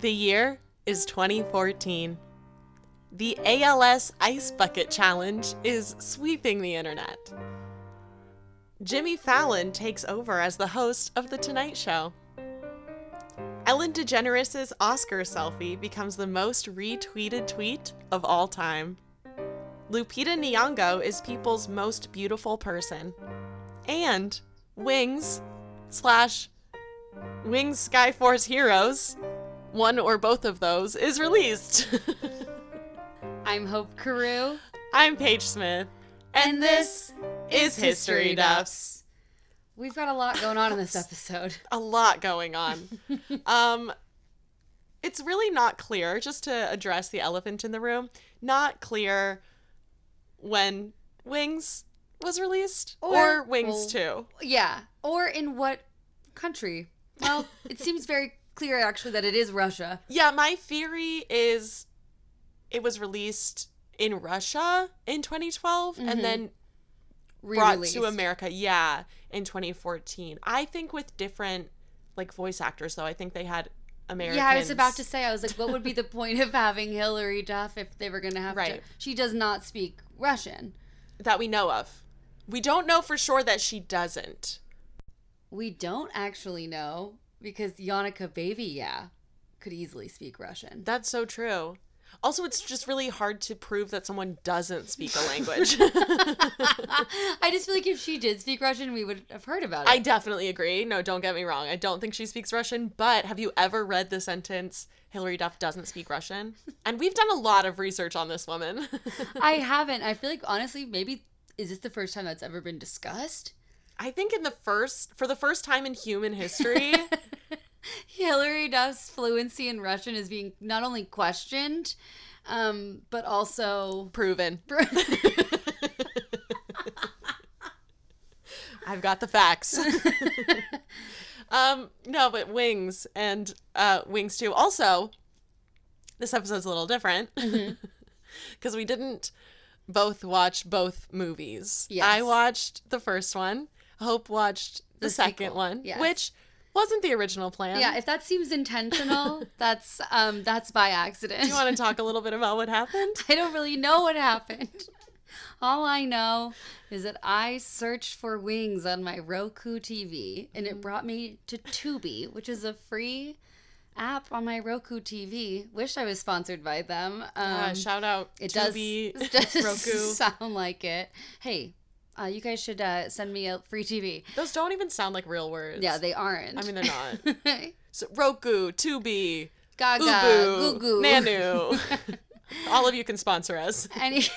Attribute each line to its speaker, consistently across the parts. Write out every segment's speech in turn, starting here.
Speaker 1: The year is 2014. The ALS Ice Bucket Challenge is sweeping the internet. Jimmy Fallon takes over as the host of The Tonight Show. Ellen DeGeneres' Oscar selfie becomes the most retweeted tweet of all time. Lupita Nyong'o is people's most beautiful person. And Wings slash Wings Skyforce Heroes, one or both of those, is released.
Speaker 2: I'm Hope Carew.
Speaker 1: I'm Paige Smith.
Speaker 2: And this is History Duffs. We've got a lot going on in this episode.
Speaker 1: a lot going on. um, it's really not clear, just to address the elephant in the room, not clear when Wings was released or,
Speaker 2: Or- well-
Speaker 1: Wings 2.
Speaker 2: Yeah. Or in what country? Well, it seems very clear actually that it is Russia.
Speaker 1: Yeah, my theory is it was released in Russia in 2012
Speaker 2: Mhm.
Speaker 1: and then brought
Speaker 2: Re-released.
Speaker 1: to America, yeah, in 2014. I think with different like voice actors though. I think they had Americans.
Speaker 2: Yeah, I was about to say, I was like, what would be the point of having Hillary Duff if they were going to have
Speaker 1: Right.
Speaker 2: to? She does not speak Russian.
Speaker 1: that we know of. We don't know for sure that she doesn't.
Speaker 2: We don't actually know because Yannicka Baby, yeah, could easily speak Russian.
Speaker 1: That's so true. Also, it's just really hard to prove that someone doesn't speak a language.
Speaker 2: I just feel like if she did speak Russian, we would have heard about it.
Speaker 1: I definitely agree. No, don't get me wrong. I don't think she speaks Russian, but have you ever read the sentence Hillary Duff doesn't speak Russian? And we've done a lot of research on this woman.
Speaker 2: I haven't. I feel like honestly, maybe is this the first time that's ever been discussed?
Speaker 1: I think in the first for the first time in human history,
Speaker 2: Hillary Duff's fluency in Russian is being not only questioned, um, but also
Speaker 1: proven.
Speaker 2: pro-
Speaker 1: I've got the facts. um, no, but Wings and uh, Wings 2. Also, this episode's a little different because
Speaker 2: Mm-hmm.
Speaker 1: we didn't both watch both movies.
Speaker 2: Yes.
Speaker 1: I watched the first one, Hope watched the,
Speaker 2: The
Speaker 1: second
Speaker 2: sequel,
Speaker 1: one,
Speaker 2: yes.
Speaker 1: which wasn't the original plan.
Speaker 2: yeah. If that seems intentional, that's um, that's by accident.
Speaker 1: Do you want to talk a little bit about what happened?
Speaker 2: I don't really know what happened. All I know is that I searched for wings on my Roku TV and
Speaker 1: Mm.
Speaker 2: it brought me to Tubi, which is a free app on my Roku TV. Wish I was sponsored by them. Um,
Speaker 1: uh, shout out
Speaker 2: it
Speaker 1: Tubi,
Speaker 2: does, it does
Speaker 1: Roku.
Speaker 2: sound like it. Hey, uh, you guys should uh, send me a free TV.
Speaker 1: Those don't even sound like real words.
Speaker 2: Yeah, they aren't.
Speaker 1: I mean, they're not.
Speaker 2: they're
Speaker 1: So, Roku, Tubi,
Speaker 2: Gaga,
Speaker 1: Ubu,
Speaker 2: Goo Goo,
Speaker 1: Nanu. All of you can sponsor us.
Speaker 2: Any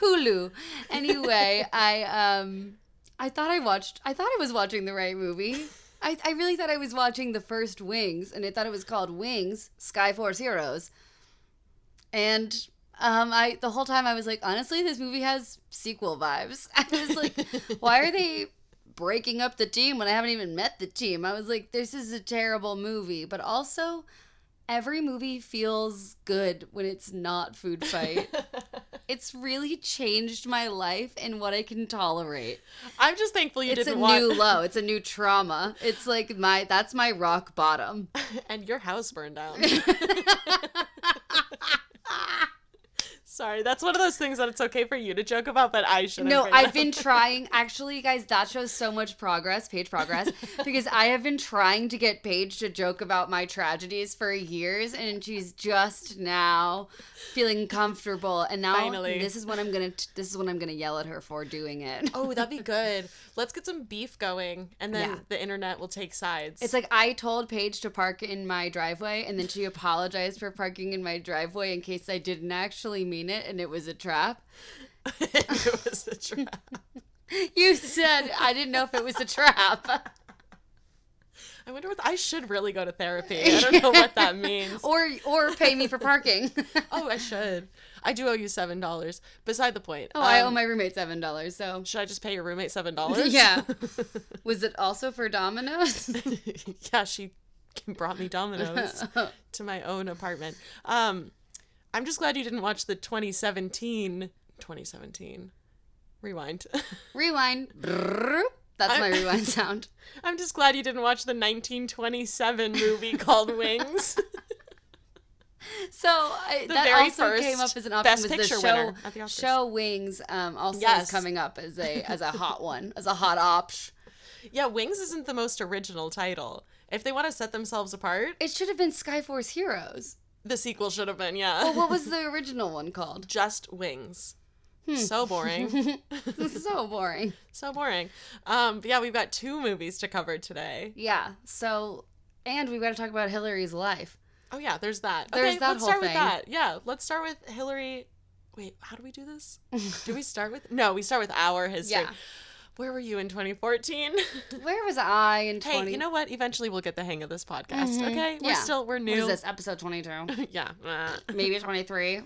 Speaker 2: Hulu. Anyway, I um I thought I watched I thought I was watching the right movie. I, I really thought I was watching the first Wings and I thought it was called Wings, Skyforce Heroes. And um I the whole time I was like, honestly, this movie has sequel vibes. I was like, why are they breaking up the team when I haven't even met the team? I was like, this is a terrible movie, but also every movie feels good when it's not food fight. it's really changed my life and what I can tolerate.
Speaker 1: I'm just thankful you
Speaker 2: it's a
Speaker 1: didn't watch.
Speaker 2: new low. It's a new trauma. It's like my that's my rock bottom.
Speaker 1: and your house burned down. Sorry, that's one of those things that it's okay for you to joke about, but I shouldn't.
Speaker 2: No,
Speaker 1: bring
Speaker 2: I've
Speaker 1: up.
Speaker 2: been trying. Actually, guys, that shows so much progress, page progress, because I have been trying to get Paige to joke about my tragedies for years, and she's just now feeling comfortable. And now
Speaker 1: Finally.
Speaker 2: this is what I'm gonna. This is what I'm gonna yell at her for doing it.
Speaker 1: Oh, that'd be good. Let's get some beef going, and then
Speaker 2: Yeah.
Speaker 1: the internet will take sides.
Speaker 2: It's like I told Paige to park in my driveway, and then she apologized for parking in my driveway in case I didn't actually mean it and it was a trap.
Speaker 1: it was a trap.
Speaker 2: You said I didn't know if it was a trap.
Speaker 1: I wonder what I should really go to therapy. I don't know what that means.
Speaker 2: or or pay me for parking.
Speaker 1: Oh, I should. I do owe you seven dollars. Beside the point.
Speaker 2: Oh, I owe
Speaker 1: um,
Speaker 2: my roommate seven dollars. So
Speaker 1: Should I just pay your roommate seven dollars?
Speaker 2: yeah, was it also for Domino's?
Speaker 1: yeah, she brought me Dominoes
Speaker 2: Oh.
Speaker 1: to my own apartment. Um, I'm just glad you didn't watch the 2017. 2017. Rewind.
Speaker 2: Rewind. Brrrr. That's my
Speaker 1: I'm-
Speaker 2: rewind sound.
Speaker 1: I'm just glad you didn't watch the 1927 movie called Wings.
Speaker 2: So I,
Speaker 1: The
Speaker 2: that
Speaker 1: very
Speaker 2: also came
Speaker 1: first
Speaker 2: up as an option.
Speaker 1: Best
Speaker 2: was
Speaker 1: Picture
Speaker 2: the show,
Speaker 1: winner at the Oscars.
Speaker 2: show Wings um, also
Speaker 1: Yes.
Speaker 2: is coming up as a as a hot one, as a hot option.
Speaker 1: Yeah, Wings isn't the most original title. If they want to set themselves apart,
Speaker 2: It should have been Skyforce Heroes.
Speaker 1: the sequel should have been, yeah.
Speaker 2: Well, what was the original one called?
Speaker 1: Just Wings.
Speaker 2: Hmm.
Speaker 1: So boring.
Speaker 2: so boring.
Speaker 1: so boring. Um, but yeah, we've got two movies to cover today.
Speaker 2: Yeah. So, and we've got to talk about Hillary's life.
Speaker 1: Oh yeah, there's that.
Speaker 2: There's
Speaker 1: okay,
Speaker 2: that
Speaker 1: let's
Speaker 2: whole
Speaker 1: start with
Speaker 2: thing.
Speaker 1: that. Yeah, let's start with Hillary. Wait, how do we do this? do we start with No, we start with our history.
Speaker 2: Yeah.
Speaker 1: Where were you in 2014?
Speaker 2: Where was I in 20?
Speaker 1: hey, you know what? Eventually we'll get the hang of this podcast,
Speaker 2: Mhm.
Speaker 1: okay? We're
Speaker 2: Yeah.
Speaker 1: still we're
Speaker 2: what
Speaker 1: new.
Speaker 2: is this? Episode 22,
Speaker 1: yeah. uh,
Speaker 2: maybe 23.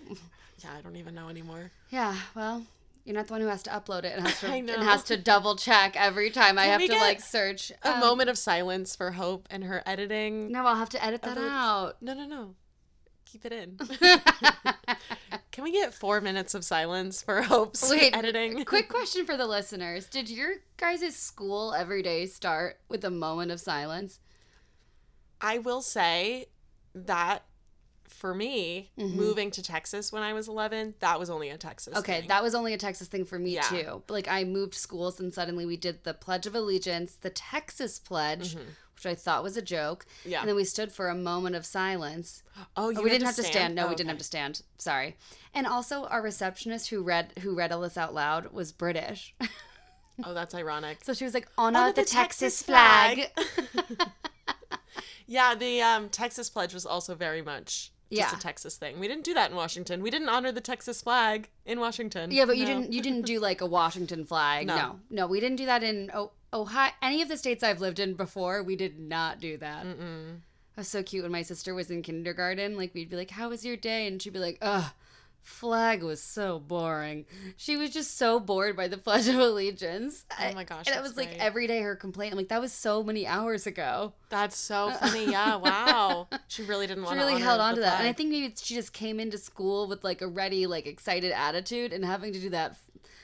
Speaker 1: yeah, I don't even know anymore.
Speaker 2: Yeah. Well, you're not the one who has to upload it and has to,
Speaker 1: I
Speaker 2: and
Speaker 1: know.
Speaker 2: has to double check every time. I
Speaker 1: Can
Speaker 2: have
Speaker 1: we
Speaker 2: to
Speaker 1: get
Speaker 2: like search
Speaker 1: A
Speaker 2: um,
Speaker 1: moment of silence for Hope and her editing.
Speaker 2: No, I'll have to edit that
Speaker 1: Other-
Speaker 2: out.
Speaker 1: No, no, no. Keep it in. Can we get four minutes of silence for Hope's
Speaker 2: Wait,
Speaker 1: editing?
Speaker 2: Quick question for the listeners: Did your guys' school every day start with a moment of silence?
Speaker 1: I will say that for me,
Speaker 2: Mhm.
Speaker 1: moving to Texas when I was 11, that was only a Texas.
Speaker 2: Okay,
Speaker 1: thing.
Speaker 2: that was only a Texas thing for me
Speaker 1: Yeah.
Speaker 2: too. Like I moved schools and suddenly we did the Pledge of Allegiance, the Texas Pledge,
Speaker 1: Mhm.
Speaker 2: which I thought was a joke,
Speaker 1: Yeah.
Speaker 2: and then we stood for a moment of silence.
Speaker 1: oh,
Speaker 2: Oh,
Speaker 1: you
Speaker 2: we didn't have to stand. No,
Speaker 1: Oh,
Speaker 2: we didn't
Speaker 1: okay.
Speaker 2: have to stand. Sorry. And also, our receptionist who read who read all this out loud was British,
Speaker 1: Oh, that's ironic.
Speaker 2: so she was like, "Honor,
Speaker 1: Honor
Speaker 2: the, Texas, flag."
Speaker 1: yeah, the um, Texas pledge was also very much just
Speaker 2: Yeah.
Speaker 1: a Texas thing. We didn't do that in Washington. We didn't honor the Texas flag in Washington.
Speaker 2: Yeah, but you
Speaker 1: No.
Speaker 2: didn't you didn't do like a Washington flag.
Speaker 1: No.
Speaker 2: No. no. we didn't do that in oh, Ohio. Any of the states I've lived in before, we did not do that.
Speaker 1: Mm. Mm-mm.
Speaker 2: It was so cute when my sister was in kindergarten. Like we'd be like, "How was your day?" and she'd be like, "Ugh, flag was so boring." She was just so bored by the Pledge of Allegiance.
Speaker 1: Oh my gosh.
Speaker 2: and it
Speaker 1: that's
Speaker 2: was like
Speaker 1: great.
Speaker 2: every day her complaint. I'm like, "That was so many hours ago."
Speaker 1: That's so funny. Yeah, wow. She really didn't
Speaker 2: She
Speaker 1: want to
Speaker 2: really
Speaker 1: honor
Speaker 2: held
Speaker 1: the
Speaker 2: on to that, and I
Speaker 1: flag.
Speaker 2: think maybe she just came into school with like a ready, like excited attitude, and having to do that,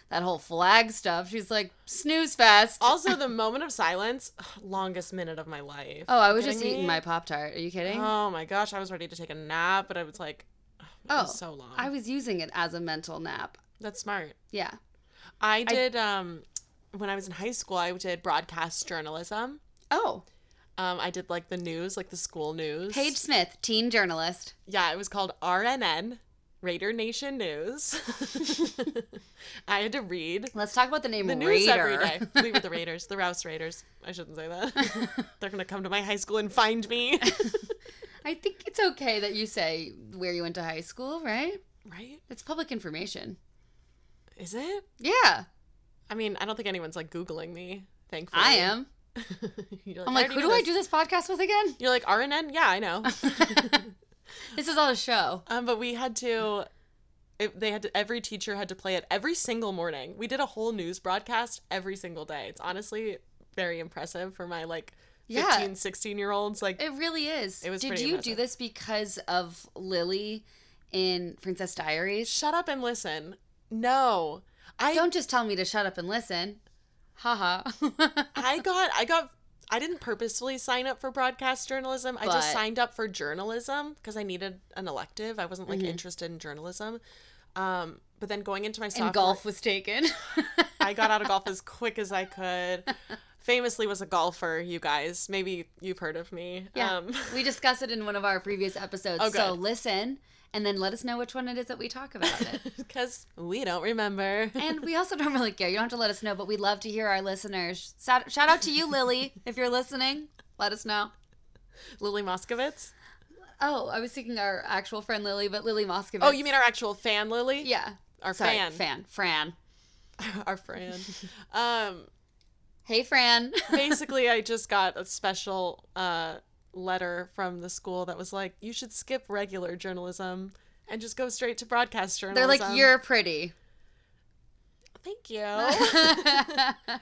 Speaker 2: that whole flag stuff. She's like snooze fest.
Speaker 1: also the moment of silence, longest minute of my life.
Speaker 2: oh, I was
Speaker 1: kidding
Speaker 2: just eating
Speaker 1: me?
Speaker 2: my pop tart. Are you kidding?
Speaker 1: Oh my gosh, I was ready to take a nap, but I was like, oh, that was
Speaker 2: Oh,
Speaker 1: so long.
Speaker 2: I was using it as a mental nap.
Speaker 1: That's smart.
Speaker 2: Yeah.
Speaker 1: I did um when I was in high school, I did broadcast journalism.
Speaker 2: Oh,
Speaker 1: Um, I did like the news, like the school news.
Speaker 2: Paige Smith, teen journalist.
Speaker 1: Yeah, it was called RNN, Raider Nation News. I had to read
Speaker 2: Let's talk about the name
Speaker 1: the news
Speaker 2: Raider.
Speaker 1: every day. We were the Raiders, the Rouse Raiders. I shouldn't say that. They're gonna come to my high school and find me,
Speaker 2: I think it's okay that you say where you went to high school, right?
Speaker 1: right?
Speaker 2: It's public information.
Speaker 1: Is it?
Speaker 2: Yeah,
Speaker 1: I mean, I don't think anyone's like googling me. Thankfully,
Speaker 2: I am.
Speaker 1: You're
Speaker 2: I'm like,
Speaker 1: already
Speaker 2: who
Speaker 1: know
Speaker 2: do I
Speaker 1: this."
Speaker 2: do this podcast with again?
Speaker 1: You're like RNN? Yeah, I know.
Speaker 2: This is all a show.
Speaker 1: um, but we had to. It, they had to, every teacher had to play it every single morning. We did a whole news broadcast every single day. It's honestly very impressive for my like 15,
Speaker 2: Yeah.
Speaker 1: 16 year olds. Like,
Speaker 2: It really is.
Speaker 1: It was
Speaker 2: Did
Speaker 1: pretty
Speaker 2: you do
Speaker 1: impressive.
Speaker 2: this because of Lily in Princess Diaries?
Speaker 1: shut up and listen. No, I
Speaker 2: Don't just tell me to shut up and listen. Haha.
Speaker 1: I got I got I didn't purposefully sign up for broadcast journalism. I just
Speaker 2: But-
Speaker 1: signed up for journalism because I needed an elective. I wasn't like
Speaker 2: Mm-hmm.
Speaker 1: interested in journalism. Um, but then going into my sophomore,
Speaker 2: and golf was taken.
Speaker 1: I got out of golf as quick as I could. Famously was a golfer, you guys. Maybe you've heard of me.
Speaker 2: yeah.
Speaker 1: Um,
Speaker 2: we discussed it in one of our previous episodes.
Speaker 1: Oh,
Speaker 2: so
Speaker 1: good.
Speaker 2: listen and then let us know which one it is that we talk about it.
Speaker 1: because we don't remember.
Speaker 2: and we also don't really care. You don't have to let us know, but we'd love to hear our listeners. Shout, shout out to you, Lily, if you're listening. Let us know.
Speaker 1: Lily Moskowitz.
Speaker 2: Oh, I was thinking our actual friend Lily, but Lily Moskovitz.
Speaker 1: Oh, you mean our actual fan, Lily?
Speaker 2: yeah.
Speaker 1: Our
Speaker 2: Sorry,
Speaker 1: fan.
Speaker 2: Fan. Fran.
Speaker 1: Our Fran. um,
Speaker 2: Hey, Fran.
Speaker 1: basically i just got a special uh, letter from the school that was like you should skip regular journalism and just go straight to broadcast
Speaker 2: They're
Speaker 1: journalism
Speaker 2: like, you're pretty.
Speaker 1: thank you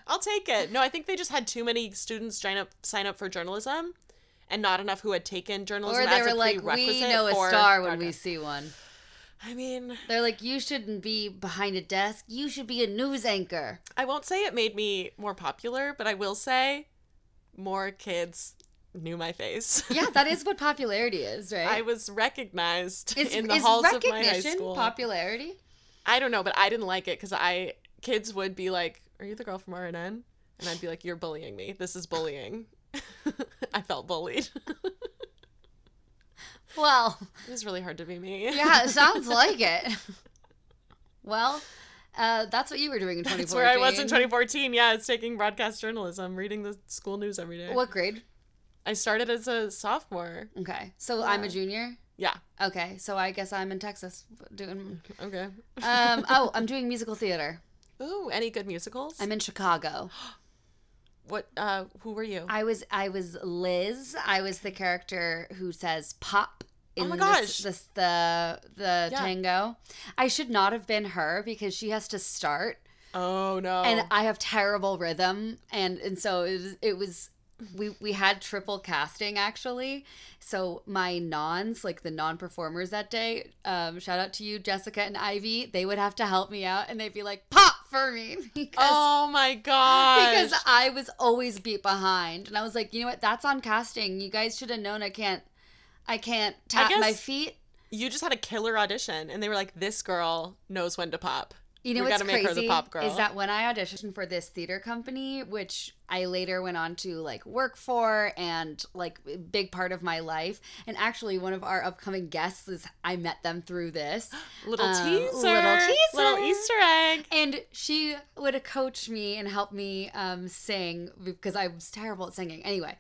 Speaker 1: i'll take it no i think they just had too many students sign up sign up for journalism and not enough who had taken journalism
Speaker 2: or
Speaker 1: as
Speaker 2: they
Speaker 1: a
Speaker 2: were like, we
Speaker 1: prerequisite
Speaker 2: know a
Speaker 1: for
Speaker 2: star when we
Speaker 1: broadcast."
Speaker 2: see one.
Speaker 1: I mean,
Speaker 2: They're like, you shouldn't be behind a desk. You should be a news anchor.
Speaker 1: I won't say it made me more popular, but I will say more kids knew my face.
Speaker 2: Yeah, that is what popularity is, right?
Speaker 1: I was recognized
Speaker 2: is,
Speaker 1: in the
Speaker 2: is
Speaker 1: halls of my high
Speaker 2: recognition
Speaker 1: school.
Speaker 2: popularity?
Speaker 1: I don't know, but I didn't like it because I kids would be like, "Are you the girl from RNN?" And I'd be like, "You're bullying me. This is bullying." I felt bullied.
Speaker 2: Well,
Speaker 1: It was really hard to be me.
Speaker 2: yeah, it sounds like it. Well, uh, that's what you were doing in 2014.
Speaker 1: That's where I was in 2014. Yeah, it's taking broadcast journalism, reading the school news every day.
Speaker 2: What grade?
Speaker 1: I started as a sophomore.
Speaker 2: Okay, so I'm a
Speaker 1: Yeah.
Speaker 2: junior.
Speaker 1: Yeah.
Speaker 2: Okay, so I guess I'm in Texas doing.
Speaker 1: Okay.
Speaker 2: Um, oh, I'm doing musical theater.
Speaker 1: Ooh, any good musicals?
Speaker 2: I'm in Chicago.
Speaker 1: what? Uh, who were you?
Speaker 2: I was I was Liz. I was the character who says pop
Speaker 1: Oh
Speaker 2: in
Speaker 1: my gosh.
Speaker 2: this, this the the
Speaker 1: Yeah.
Speaker 2: tango. I should not have been her because she has to start
Speaker 1: oh no.
Speaker 2: and I have terrible rhythm and and so it was, it was we we had triple casting actually. So my nons, like the non performers that day, um, shout out to you Jessica and Ivy, they would have to help me out and they'd be like pop for me because
Speaker 1: oh my gosh.
Speaker 2: because I was always beat behind, and I was like, you know what? That's on casting. You guys should have known I can't, I can't tap
Speaker 1: guess-
Speaker 2: my feet.
Speaker 1: you just had a killer audition, and they were like, "This girl knows when to pop."
Speaker 2: You know
Speaker 1: we
Speaker 2: what's
Speaker 1: gotta make
Speaker 2: crazy
Speaker 1: her the pop girl.
Speaker 2: is that when I auditioned for this theater company, which I later went on to like work for and like a big part of my life, and actually one of our upcoming guests is I met them through this.
Speaker 1: Little
Speaker 2: Um,
Speaker 1: teaser.
Speaker 2: little teaser.
Speaker 1: Little Easter egg.
Speaker 2: And she would coach me and help me um, sing because I was terrible at singing. Anyway,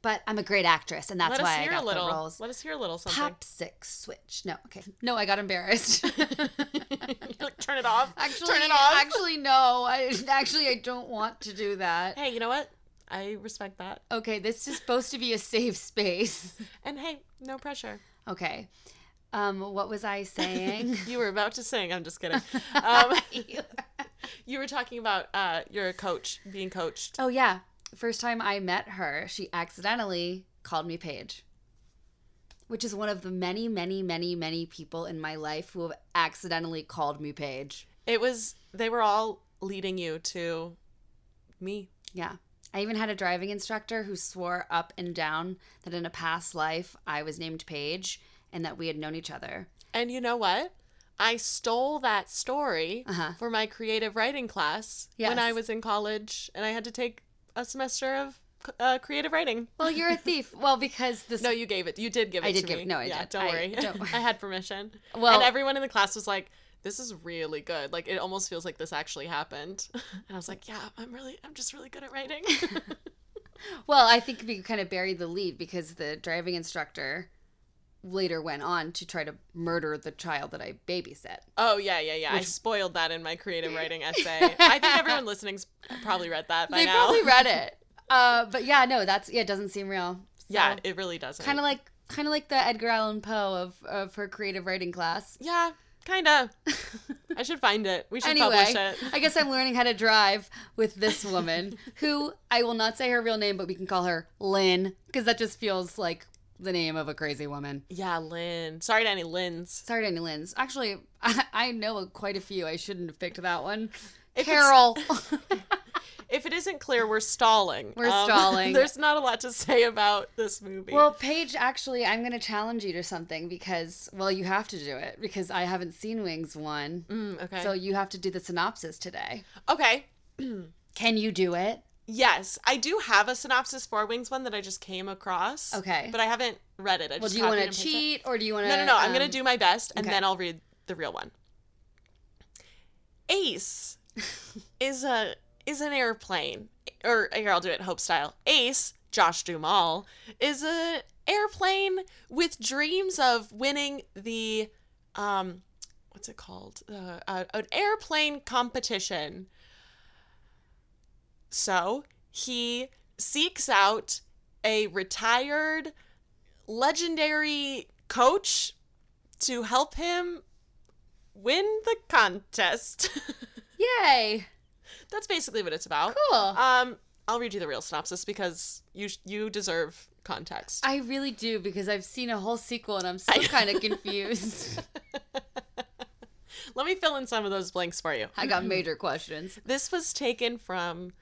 Speaker 2: but I'm a great actress, and that's
Speaker 1: Let us
Speaker 2: why I
Speaker 1: hear
Speaker 2: got
Speaker 1: a little.
Speaker 2: the roles.
Speaker 1: Let us hear a little something.
Speaker 2: Popsick switch. No, okay. No, I got embarrassed.
Speaker 1: You're like, Turn it off.
Speaker 2: actually,
Speaker 1: Turn it off.
Speaker 2: actually, no. I actually I don't want to do that.
Speaker 1: hey, you know what? I respect that.
Speaker 2: Okay, this is supposed to be a safe space.
Speaker 1: And hey, no pressure.
Speaker 2: Okay. Um, what was I saying?
Speaker 1: You were about to sing. I'm just kidding. Um,
Speaker 2: You-
Speaker 1: you were talking about uh, your coach being coached.
Speaker 2: Oh yeah. First time I met her, she accidentally called me Paige. Which is one of the many, many, many, many people in my life who have accidentally called me Paige.
Speaker 1: It was they were all leading you to me.
Speaker 2: Yeah. I even had a driving instructor who swore up and down that in a past life I was named Paige and that we had known each other.
Speaker 1: And you know what? I stole that story
Speaker 2: Uh-huh.
Speaker 1: for my creative writing class
Speaker 2: Yes.
Speaker 1: when I was in college, and I had to take a semester of uh, creative writing.
Speaker 2: Well, you're a thief. well, because this
Speaker 1: No, you gave it. You did give it
Speaker 2: I
Speaker 1: to
Speaker 2: did give-
Speaker 1: me.
Speaker 2: no, I
Speaker 1: yeah,
Speaker 2: did.
Speaker 1: Don't
Speaker 2: I-
Speaker 1: worry.
Speaker 2: don't worry.
Speaker 1: I had permission.
Speaker 2: Well-
Speaker 1: and everyone in the class was like, "This is really good. Like, it almost feels like this actually happened." And I was like, "Yeah, I'm really, I'm just really good at writing."
Speaker 2: Well, I think we kind of buried the lead because the driving instructor later went on to try to murder the child that I babysat.
Speaker 1: oh yeah, yeah, yeah. I spoiled that in my creative writing essay. I think everyone listening's probably read that by
Speaker 2: they
Speaker 1: now.
Speaker 2: probably read it. Uh, but yeah, no, that's yeah, it doesn't seem real.
Speaker 1: yeah, it really doesn't.
Speaker 2: kind of like kind of like the Edgar Allan Poe of of her creative writing class.
Speaker 1: Yeah, kind of. I should find it. We should
Speaker 2: Anyway,
Speaker 1: publish it.
Speaker 2: I guess I'm learning how to drive with this woman who I will not say her real name, but we can call her Lynn because that just feels like the name of a crazy woman.
Speaker 1: Yeah, Lynn. Sorry to any Lynns.
Speaker 2: Sorry to any Lynns. Actually, I, I know quite a few. I shouldn't have picked that one.
Speaker 1: If it's-
Speaker 2: Carol.
Speaker 1: If it isn't clear, we're stalling. Um,
Speaker 2: We're stalling.
Speaker 1: There's not a lot to say about this movie.
Speaker 2: Well, Paige, actually, I'm going to challenge you to something because, well, you have to do it because I haven't seen Wings 1.
Speaker 1: Mm, okay.
Speaker 2: So you have to do the synopsis today.
Speaker 1: okay.
Speaker 2: Can you do it?
Speaker 1: Yes, I do have a synopsis for Wings one that I just came across.
Speaker 2: Okay.
Speaker 1: But I haven't read it. I
Speaker 2: Well,
Speaker 1: just
Speaker 2: do you want
Speaker 1: copied and
Speaker 2: to
Speaker 1: pasted.
Speaker 2: cheat Um, or do you want to?
Speaker 1: No, no, no. I'm going to do my best and
Speaker 2: okay.
Speaker 1: then I'll read the real one. Ace is a is an airplane or here I'll do it hope style. Ace, Josh Duhamel, is a airplane with dreams of winning the um what's it called? Uh, uh, an airplane competition. So, he seeks out a retired legendary coach to help him win the contest.
Speaker 2: Yay.
Speaker 1: That's basically what it's about.
Speaker 2: um, Cool.
Speaker 1: Um, I'll read you the real synopsis because you sh- you deserve context.
Speaker 2: I really do because I've seen a whole sequel and I'm still kind of confused.
Speaker 1: Let me fill in some of those blanks for you.
Speaker 2: I got major questions.
Speaker 1: This was taken from.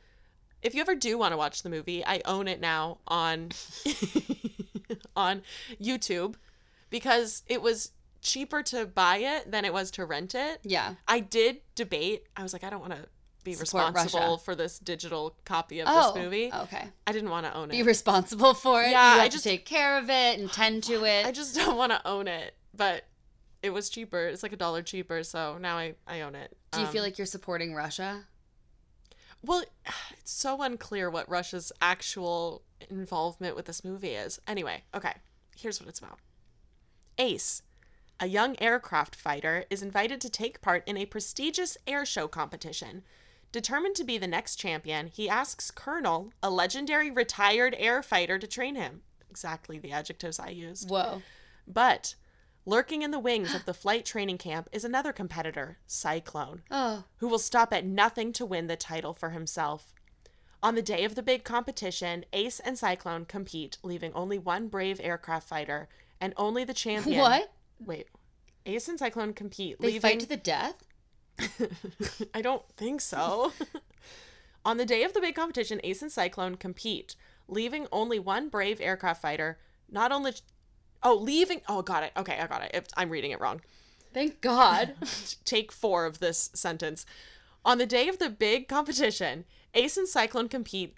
Speaker 1: If you ever do want to watch the movie, I own it now on on YouTube because it was cheaper to buy it than it was to rent it.
Speaker 2: Yeah.
Speaker 1: I did debate. I was like, I don't want to be
Speaker 2: Support
Speaker 1: responsible
Speaker 2: Russia.
Speaker 1: for this digital copy of
Speaker 2: oh.
Speaker 1: this movie.
Speaker 2: Okay.
Speaker 1: I didn't want to own it.
Speaker 2: Be responsible for it.
Speaker 1: Yeah,
Speaker 2: you have
Speaker 1: I just-
Speaker 2: to take care of it and tend to it.
Speaker 1: I just don't want to own it, but it was cheaper. It's like a dollar cheaper, so now I I own it.
Speaker 2: Do you feel
Speaker 1: Um,
Speaker 2: like you're supporting Russia?
Speaker 1: Well, it's so unclear what Russia's actual involvement with this movie is. Anyway, okay, here's what it's about Ace, a young aircraft fighter, is invited to take part in a prestigious air show competition. Determined to be the next champion, he asks Colonel, a legendary retired air fighter, to train him. Exactly the adjectives I used.
Speaker 2: Whoa.
Speaker 1: But lurking in the wings of the flight training camp is another competitor, Cyclone
Speaker 2: Oh.
Speaker 1: who will stop at nothing to win the title for himself. On the day of the big competition, Ace and Cyclone compete, leaving only one brave aircraft fighter and only the champion.
Speaker 2: What?
Speaker 1: Wait. Ace and Cyclone compete,
Speaker 2: They
Speaker 1: leaving.
Speaker 2: fight to the death?
Speaker 1: I don't think so. On the day of the big competition, Ace and Cyclone compete, leaving only one brave aircraft fighter. Not only. Oh, leaving. Oh, got it. Okay, I got it. It- I'm reading it wrong.
Speaker 2: Thank God.
Speaker 1: take four of this sentence. On the day of the big competition, Ace and Cyclone compete,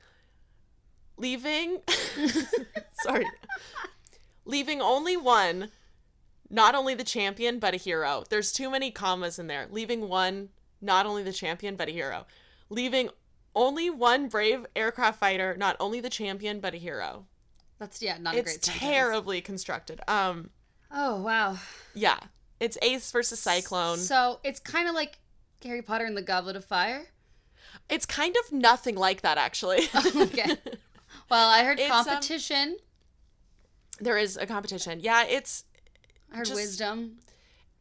Speaker 1: leaving. sorry. Leaving only one, not only the champion, but a hero. There's too many commas in there. Leaving one, not only the champion, but a hero. Leaving only one brave aircraft fighter, not only the champion, but a hero.
Speaker 2: That's yeah, not a
Speaker 1: It's
Speaker 2: great sentence.
Speaker 1: terribly constructed. Um,
Speaker 2: Oh wow.
Speaker 1: yeah. It's Ace versus Cyclone.
Speaker 2: So it's kind of like Harry Potter and the Goblet of Fire.
Speaker 1: It's kind of nothing like that, actually.
Speaker 2: Okay. Well, I heard
Speaker 1: It's, um,
Speaker 2: competition.
Speaker 1: there is a competition. Yeah, it's
Speaker 2: I heard
Speaker 1: just-
Speaker 2: wisdom.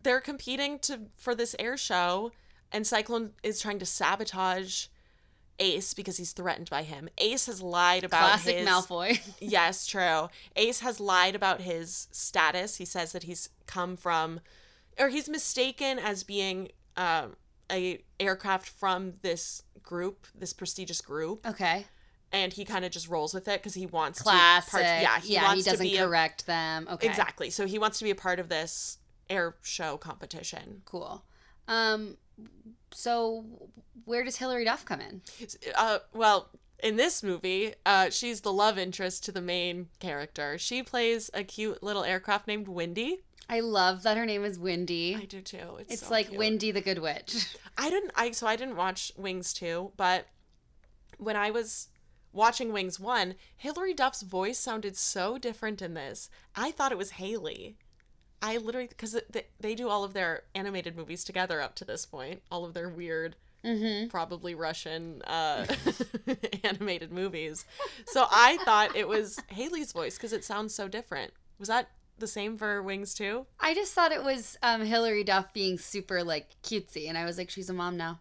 Speaker 1: they're competing to for this air show, and Cyclone is trying to sabotage Ace because he's threatened by him. Ace has lied about
Speaker 2: Classic
Speaker 1: his
Speaker 2: Malfoy.
Speaker 1: yes, true. Ace has lied about his status. He says that he's come from, or he's mistaken as being um, a aircraft from this group, this prestigious group.
Speaker 2: okay.
Speaker 1: and he kind of just rolls with it because he wants
Speaker 2: Classic.
Speaker 1: to. Part- yeah, he wants to
Speaker 2: doesn't
Speaker 1: be a-
Speaker 2: correct them. Okay.
Speaker 1: exactly. So he wants to be a part of this air show competition.
Speaker 2: Cool. Um, so where does Hillary Duff come in?
Speaker 1: Uh, well, in this movie, uh, she's the love interest to the main character. She plays a cute little aircraft named Windy.
Speaker 2: I love that her name is Windy.
Speaker 1: I do too. It's,
Speaker 2: it's
Speaker 1: so
Speaker 2: like
Speaker 1: cute.
Speaker 2: Windy the Good Witch.
Speaker 1: I didn't. I so I didn't watch Wings two, but when I was watching Wings one, Hilary Duff's voice sounded so different in this. I thought it was Haley. I literally because they, they do all of their animated movies together up to this point, all of their weird,
Speaker 2: Mm-hmm.
Speaker 1: probably Russian uh, animated movies. So I thought it was Haley's voice because it sounds so different. Was that the same for Wings two?
Speaker 2: I just thought it was um, Hillary Duff being super like cutesy, and I was like, she's a mom now.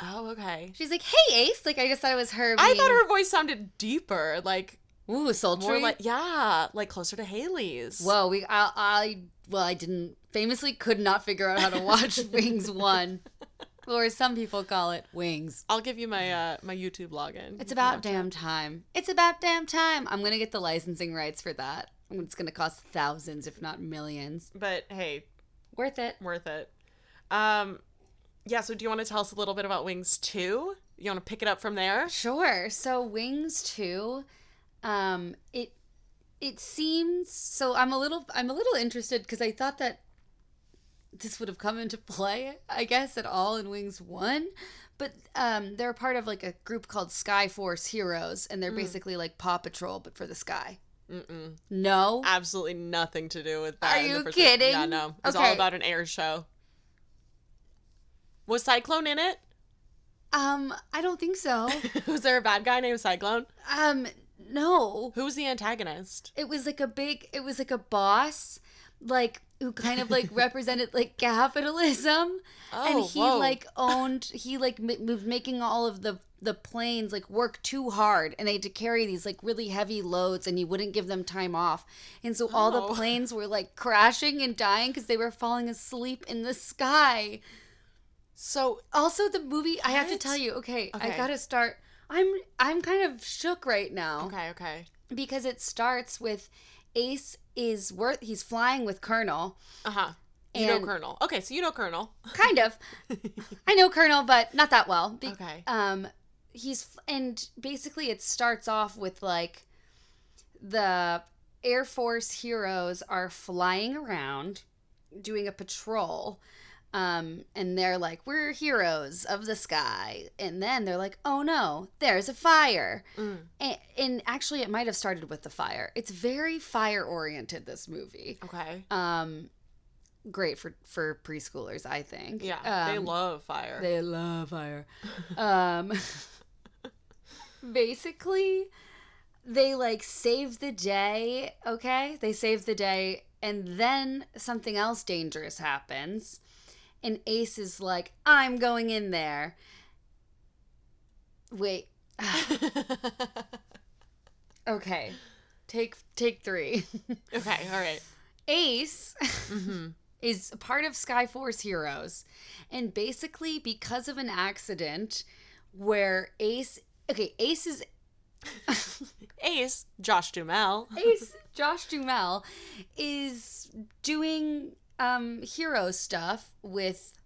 Speaker 1: Oh, okay.
Speaker 2: She's like, hey Ace. Like I just thought it was her.
Speaker 1: I
Speaker 2: being-
Speaker 1: thought her voice sounded deeper, like
Speaker 2: ooh sultry.
Speaker 1: More like yeah, like closer to Haley's.
Speaker 2: Whoa, we I, I well I didn't famously could not figure out how to watch Wings One, or as some people call it Wings.
Speaker 1: I'll give you my uh my YouTube login.
Speaker 2: It's
Speaker 1: You can
Speaker 2: about
Speaker 1: watch it.
Speaker 2: damn time. It's about damn time. I'm gonna get the licensing rights for that. It's gonna cost thousands, if not millions.
Speaker 1: But hey,
Speaker 2: Worth it.
Speaker 1: worth it. Um, yeah. So do you want to tell us a little bit about Wings Two? You want to pick it up from there?
Speaker 2: Sure. So Wings Two, um, it it seems so. I'm a little I'm a little interested because I thought that this would have come into play, I guess, at all in Wings One, but um, they're a part of like a group called Sky Force Heroes, and they're
Speaker 1: Mm.
Speaker 2: basically like Paw Patrol but for the sky.
Speaker 1: Mm-mm.
Speaker 2: No,
Speaker 1: Absolutely nothing to do with that.
Speaker 2: Are
Speaker 1: in the
Speaker 2: you
Speaker 1: first place. Yeah,
Speaker 2: kidding?
Speaker 1: no. It's all
Speaker 2: Okay.
Speaker 1: about an air show. Was Cyclone in it?
Speaker 2: um, I don't think so.
Speaker 1: was there a bad guy named Cyclone?
Speaker 2: um, no.
Speaker 1: Who was the antagonist?
Speaker 2: it was like a big it was like a boss like who kind of like represented like capitalism
Speaker 1: Oh,
Speaker 2: and he
Speaker 1: whoa.
Speaker 2: like owned he like m- was making all of the the planes like work too hard and they had to carry these like really heavy loads and he wouldn't give them time off and so all
Speaker 1: Oh.
Speaker 2: the planes were like crashing and dying because they were falling asleep in the sky
Speaker 1: So
Speaker 2: Also, the movie I have to
Speaker 1: What?
Speaker 2: tell you. Okay,
Speaker 1: Okay.
Speaker 2: I gotta start. I'm I'm kind of shook right now
Speaker 1: okay, okay,
Speaker 2: because it starts with Ace is worth. He's flying with Colonel,
Speaker 1: uh huh. You know
Speaker 2: And-
Speaker 1: Colonel. Okay, so you know Colonel.
Speaker 2: kind of. I know Colonel, but not that well. Be-
Speaker 1: Okay.
Speaker 2: Um, he's f- and basically it starts off with like the Air Force heroes are flying around doing a patrol. Um, and they're like, we're heroes of the sky. And then they're like, oh no, there's a fire.
Speaker 1: Mm,
Speaker 2: And, and actually, it might have started with the fire. It's very fire oriented, this movie.
Speaker 1: okay.
Speaker 2: Um, great for, for preschoolers, I think.
Speaker 1: Yeah, they
Speaker 2: Um,
Speaker 1: love fire.
Speaker 2: they love fire. um, basically, they like save the day. Okay, they save the day, and then something else dangerous happens, and Ace is like, "I'm going in there." Wait. Okay. Take take three.
Speaker 1: okay, all right.
Speaker 2: Ace
Speaker 1: Mm-hmm.
Speaker 2: is a part of Skyforce Heroes. And basically, because of an accident where Ace, okay, Ace is
Speaker 1: Ace, Josh Dumel.
Speaker 2: Ace, Josh Dumel, is doing um hero stuff with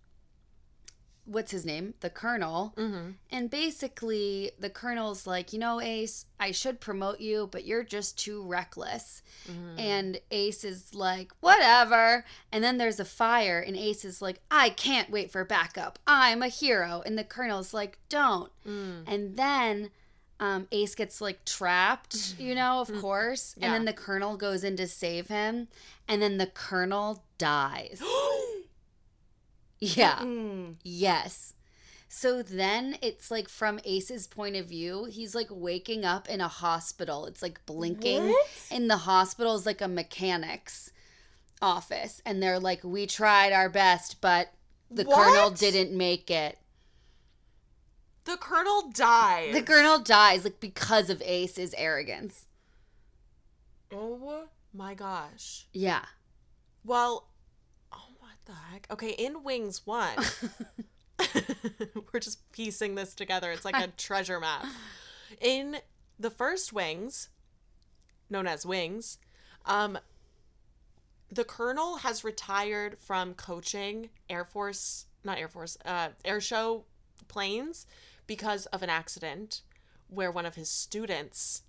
Speaker 2: what's his name? The Colonel.
Speaker 1: Mm-hmm.
Speaker 2: And basically, the Colonel's like, you know, Ace, I should promote you, but you're just too reckless.
Speaker 1: mm-hmm.
Speaker 2: And Ace is like, whatever. And then there's a fire, and Ace is like, I can't wait for backup. I'm a hero. And the Colonel's like, don't.
Speaker 1: Mm.
Speaker 2: And then um, Ace gets like trapped, you know, of course. And
Speaker 1: Mm-hmm.
Speaker 2: then
Speaker 1: Yeah.
Speaker 2: the Colonel goes in to save him. And then the Colonel dies.
Speaker 1: Mm.
Speaker 2: yeah.
Speaker 1: Mm-hmm.
Speaker 2: Yes. So then it's like from Ace's point of view, he's like waking up in a hospital. It's like blinking in the hospital is like a mechanics office and they're like we tried our best but the
Speaker 1: What?
Speaker 2: colonel didn't make it
Speaker 1: The Colonel dies.
Speaker 2: the colonel dies like because of ace's arrogance
Speaker 1: Oh my gosh.
Speaker 2: yeah
Speaker 1: Well, oh, what the heck? Okay, in Wings 1, we're just piecing this together. It's like a treasure map. In the first Wings, known as Wings, um, the colonel has retired from coaching Air Force, not Air Force, uh, air show planes because of an accident where one of his students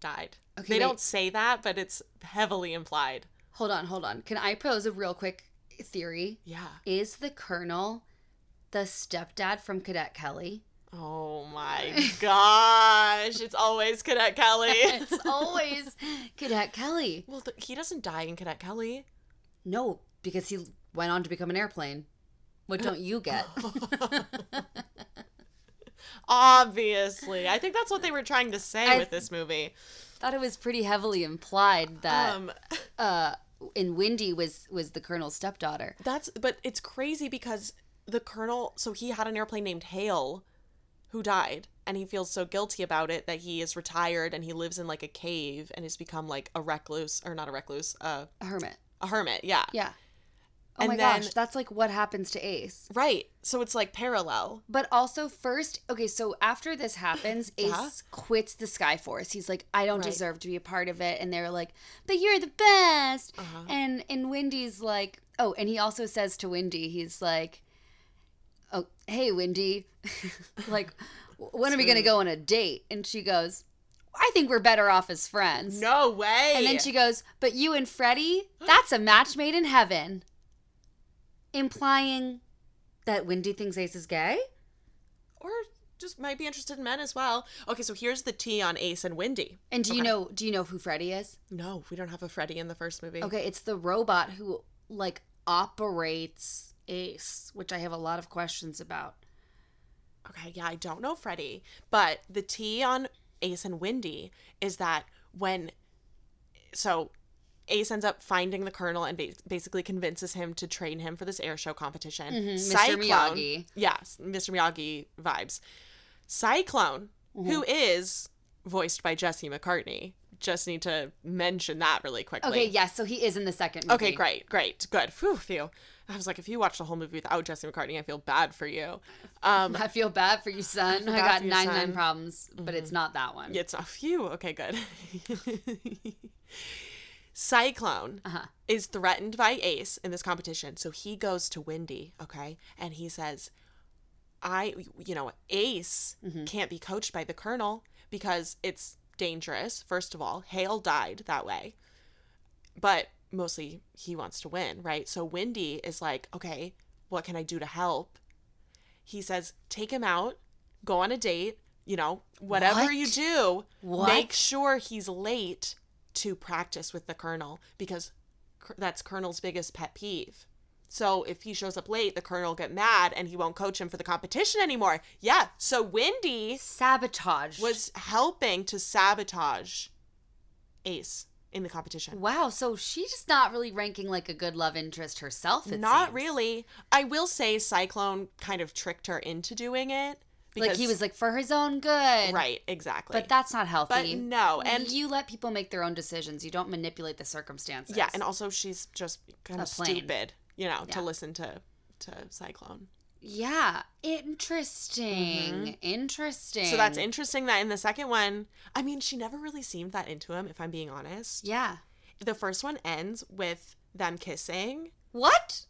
Speaker 1: died.
Speaker 2: Okay,
Speaker 1: they
Speaker 2: wait.
Speaker 1: don't say that, but it's heavily implied.
Speaker 2: hold on hold on can i pose a real quick theory
Speaker 1: Yeah.
Speaker 2: is the colonel the stepdad from cadet kelly
Speaker 1: Oh my gosh. It's always Cadet Kelly.
Speaker 2: it's always cadet kelly
Speaker 1: well, th- he doesn't die in Cadet Kelly.
Speaker 2: no because he went on to become an airplane what don't you get
Speaker 1: Obviously. I think that's what they were trying to say
Speaker 2: I-
Speaker 1: with this movie.
Speaker 2: thought it was pretty heavily implied that
Speaker 1: Um
Speaker 2: uh and Wendy was was the colonel's stepdaughter.
Speaker 1: that's but it's crazy because the colonel so he had an airplane named Hale who died and he feels so guilty about it that he is retired and he lives in like a cave and has become like a recluse or not a recluse, uh,
Speaker 2: A hermit.
Speaker 1: a hermit, yeah.
Speaker 2: Yeah. Oh
Speaker 1: And
Speaker 2: my
Speaker 1: then-
Speaker 2: gosh, that's like what happens to Ace.
Speaker 1: Right. So it's like parallel.
Speaker 2: But also first, okay, so after this happens, Ace
Speaker 1: Yeah.
Speaker 2: quits the Skyforce. He's like, I don't
Speaker 1: Right.
Speaker 2: deserve to be a part of it. And they're like, But you're the best.
Speaker 1: Uh-huh.
Speaker 2: And and Wendy's like, Oh, and he also says to Wendy, he's like, Oh, hey Wendy, like when are we gonna
Speaker 1: Sweet.
Speaker 2: go on a date? And she goes, I think we're better off as friends.
Speaker 1: No way.
Speaker 2: And then she goes, But you and Freddie, that's a match made in heaven. Implying that Wendy thinks Ace is gay?
Speaker 1: or just might be interested in men as well. Okay, so here's the tea on Ace and Wendy.
Speaker 2: And do you
Speaker 1: Okay.
Speaker 2: know do you know who Freddie is?
Speaker 1: No, we don't have a Freddy in the first movie.
Speaker 2: Okay, it's the robot who like operates Ace, which I have a lot of questions about.
Speaker 1: Okay, yeah, I don't know Freddy, but the tea on Ace and Wendy is that when so Ace ends up finding the colonel and ba- basically convinces him to train him for this air show competition.
Speaker 2: Mhm, Mr. Miyagi. Mm-hmm.
Speaker 1: Yes, Mr. Miyagi vibes. Cyclone, who is voiced by Jesse McCartney. Just need to mention that really quickly.
Speaker 2: Okay, yes, so he is in the second movie.
Speaker 1: Okay, great, great, good. Phew, phew. I was like, if you watch the whole movie without Jesse McCartney, I feel bad for you. Um,
Speaker 2: I feel bad for you, son. I
Speaker 1: bad
Speaker 2: got
Speaker 1: for you,
Speaker 2: 99
Speaker 1: son. Mm-hmm.
Speaker 2: problems, but it's not that one.
Speaker 1: it's a phew. Okay, good. Cyclone
Speaker 2: Uh-huh.
Speaker 1: is threatened by Ace in this competition, so he goes to Wendy, okay, and he says, "I, you know, Ace
Speaker 2: Mm-hmm.
Speaker 1: can't be coached by the Colonel because it's dangerous. First of all, Hale died that way, but mostly he wants to win, right? So Wendy is like, okay, what can I do to help? He says, take him out, go on a date, you know, whatever
Speaker 2: What?
Speaker 1: you do,
Speaker 2: What?
Speaker 1: make sure he's late to practice with the colonel because c- that's colonel's biggest pet peeve. So if he shows up late, the colonel will get mad and he won't coach him for the competition anymore. Yeah. So Wendy
Speaker 2: Sabotage.
Speaker 1: was helping to sabotage Ace in the competition.
Speaker 2: Wow, so she's just not really ranking like a good love interest herself. It
Speaker 1: Not
Speaker 2: seems.
Speaker 1: really. I will say Cyclone kind of tricked her into doing it.
Speaker 2: Like he was like for his own good.
Speaker 1: right, exactly.
Speaker 2: But that's not
Speaker 1: but
Speaker 2: healthy.
Speaker 1: no, and
Speaker 2: you let people make their own decisions. You don't manipulate the circumstances.
Speaker 1: yeah, and also she's just kind
Speaker 2: A
Speaker 1: of
Speaker 2: plane.
Speaker 1: stupid, you know,
Speaker 2: Yeah.
Speaker 1: to listen to to Cyclone.
Speaker 2: yeah, interesting, interesting.
Speaker 1: Mm-hmm. So that's interesting that in the second one, I mean, she never really seemed that into him. If I'm being honest,
Speaker 2: Yeah.
Speaker 1: the first one ends with them kissing.
Speaker 2: What?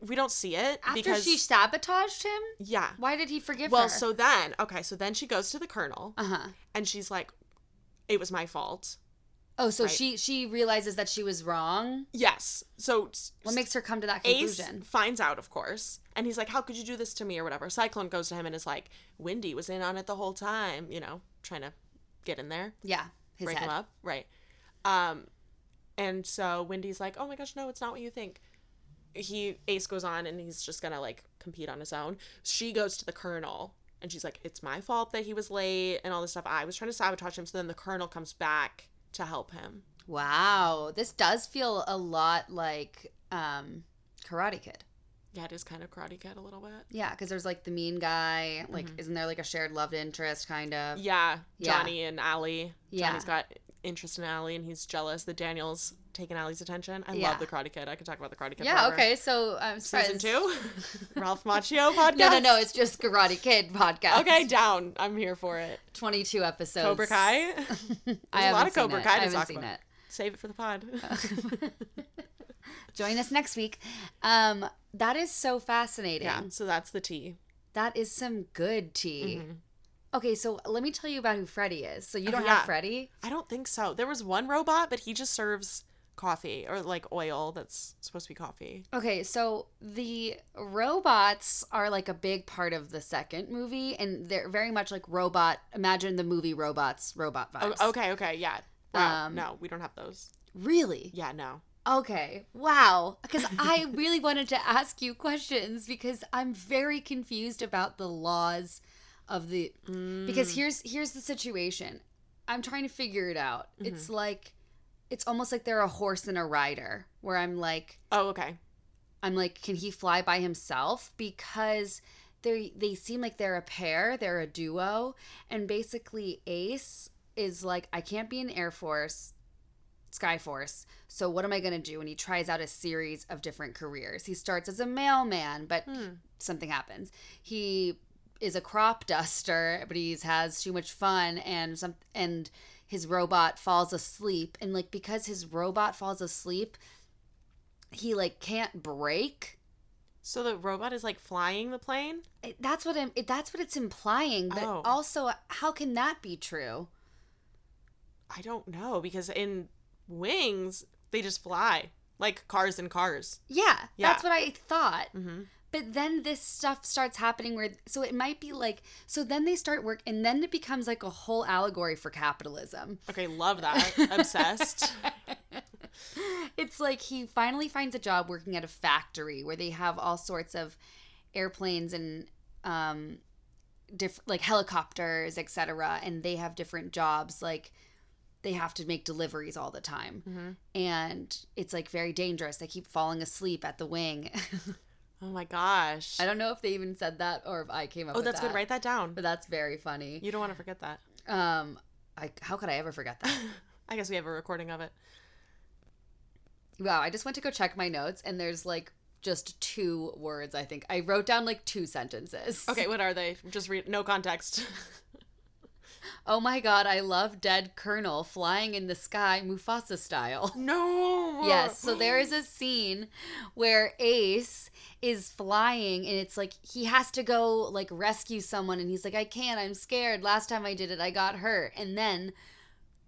Speaker 1: We don't see it
Speaker 2: After
Speaker 1: because
Speaker 2: she sabotaged him,
Speaker 1: yeah.
Speaker 2: why did he forgive
Speaker 1: Well,
Speaker 2: her?
Speaker 1: so then okay, so then she goes to the colonel
Speaker 2: uh huh.
Speaker 1: and she's like, "It was my fault."
Speaker 2: Oh, so
Speaker 1: Right.
Speaker 2: she she realizes that she was wrong.
Speaker 1: Yes. So s-
Speaker 2: What makes her come to that
Speaker 1: Ace
Speaker 2: conclusion?
Speaker 1: finds out, of course, and he's like, "How could you do this to me?" or whatever. Cyclone goes to him and is like, "Wendy was in on it the whole time," you know, trying to get in there,
Speaker 2: Yeah, his
Speaker 1: break
Speaker 2: head.
Speaker 1: him up, right? Um, and so Wendy's like, "Oh my gosh, no, it's not what you think." He Ace goes on and he's just gonna like compete on his own. She goes to the colonel and she's like, "It's my fault that he was late and all this stuff. I was trying to sabotage him." So then the colonel comes back to help him.
Speaker 2: Wow, this does feel a lot like um, Karate Kid.
Speaker 1: Yeah, it is kind of Karate Kid a little bit.
Speaker 2: Yeah, because there's like the mean guy. Like, isn't there like a shared love interest kind of?
Speaker 1: Mm-hmm. Yeah,
Speaker 2: Yeah.
Speaker 1: Johnny and Allie.
Speaker 2: Yeah.
Speaker 1: Johnny's got interest in Allie, and he's jealous that Daniel's taking Allie's attention. I
Speaker 2: Yeah.
Speaker 1: love the Karate Kid. I could talk about the Karate Kid.
Speaker 2: Yeah.
Speaker 1: forever.
Speaker 2: Okay. So I'm
Speaker 1: Season
Speaker 2: surprised.
Speaker 1: two, Ralph Macchio podcast.
Speaker 2: No, no, no. It's just Karate Kid podcast.
Speaker 1: Okay, down. I'm here for it.
Speaker 2: 22 episodes.
Speaker 1: Cobra Kai.
Speaker 2: I
Speaker 1: a lot
Speaker 2: haven't
Speaker 1: of
Speaker 2: seen
Speaker 1: Cobra
Speaker 2: it.
Speaker 1: Kai
Speaker 2: I
Speaker 1: to
Speaker 2: haven't
Speaker 1: talk
Speaker 2: seen
Speaker 1: about.
Speaker 2: it.
Speaker 1: Save it for the pod.
Speaker 2: Join us next week. Um, that is so fascinating.
Speaker 1: yeah. So that's the tea.
Speaker 2: That is some good tea.
Speaker 1: Mm-hmm.
Speaker 2: Okay, so let me tell you about who Freddy is. So you don't
Speaker 1: yeah.
Speaker 2: have Freddy?
Speaker 1: I don't think so. There was one robot, but he just serves coffee or like oil that's supposed to be coffee.
Speaker 2: Okay, so the robots are like a big part of the second movie, and they're very much like robot. Imagine the movie robots, robot
Speaker 1: O-
Speaker 2: vibes.
Speaker 1: Oh, okay. Okay. Yeah. Wow.
Speaker 2: Um,
Speaker 1: no, we don't have those.
Speaker 2: Really?
Speaker 1: Yeah. No.
Speaker 2: Okay. Wow. Because I really wanted to ask you questions because I'm very confused about the laws of the. Mm.
Speaker 1: Mm.
Speaker 2: Because here's here's the situation. I'm trying to figure it out. It's like, it's almost like they're a horse and a rider. Where I'm like,
Speaker 1: Oh. Okay.
Speaker 2: I'm like, can he fly by himself? Because they they seem like they're a pair, they're a duo, and basically Ace is like, I can't be in Air Force, Sky Force. So what am I gonna do? And he tries out a series of different careers. He starts as a mailman, but
Speaker 1: Hmm.
Speaker 2: something happens. He is a crop duster, but he has too much fun and some and his robot falls asleep and like because his robot falls asleep, he like can't break.
Speaker 1: So the robot is like flying the plane.
Speaker 2: It, that's what I'm. It, that's what it's implying. But
Speaker 1: Oh.
Speaker 2: also, how can that be true?
Speaker 1: I don't know because in wings they just fly like cars and cars.
Speaker 2: Yeah,
Speaker 1: Yeah.
Speaker 2: that's what I thought.
Speaker 1: Mm-hmm.
Speaker 2: But then this stuff starts happening where, so it might be like, so then they start work, and then it becomes like a whole allegory for capitalism.
Speaker 1: Okay, love that. Obsessed.
Speaker 2: it's like he finally finds a job working at a factory where they have all sorts of airplanes and um diff- like helicopters etc and they have different jobs like they have to make deliveries all the time
Speaker 1: Mhm.
Speaker 2: and it's like very dangerous they keep falling asleep at the wing
Speaker 1: Oh my gosh.
Speaker 2: i don't know if they even said that or if i came up
Speaker 1: Oh,
Speaker 2: with
Speaker 1: that's
Speaker 2: that
Speaker 1: good. Write that down.
Speaker 2: but that's very funny
Speaker 1: You don't want to forget that.
Speaker 2: um I, how could I ever forget that?
Speaker 1: I guess we have a recording of it.
Speaker 2: Wow, I just went to go check my notes and there's like just two words, I think. I wrote down like two sentences.
Speaker 1: Okay, what are they? Just read, no context.
Speaker 2: Oh my god, I love dead Colonel flying in the sky Mufasa style.
Speaker 1: no.
Speaker 2: Yes, so there is a scene where Ace is flying and it's like he has to go like rescue someone and he's like I can't, I'm scared. Last time I did it, I got hurt. And then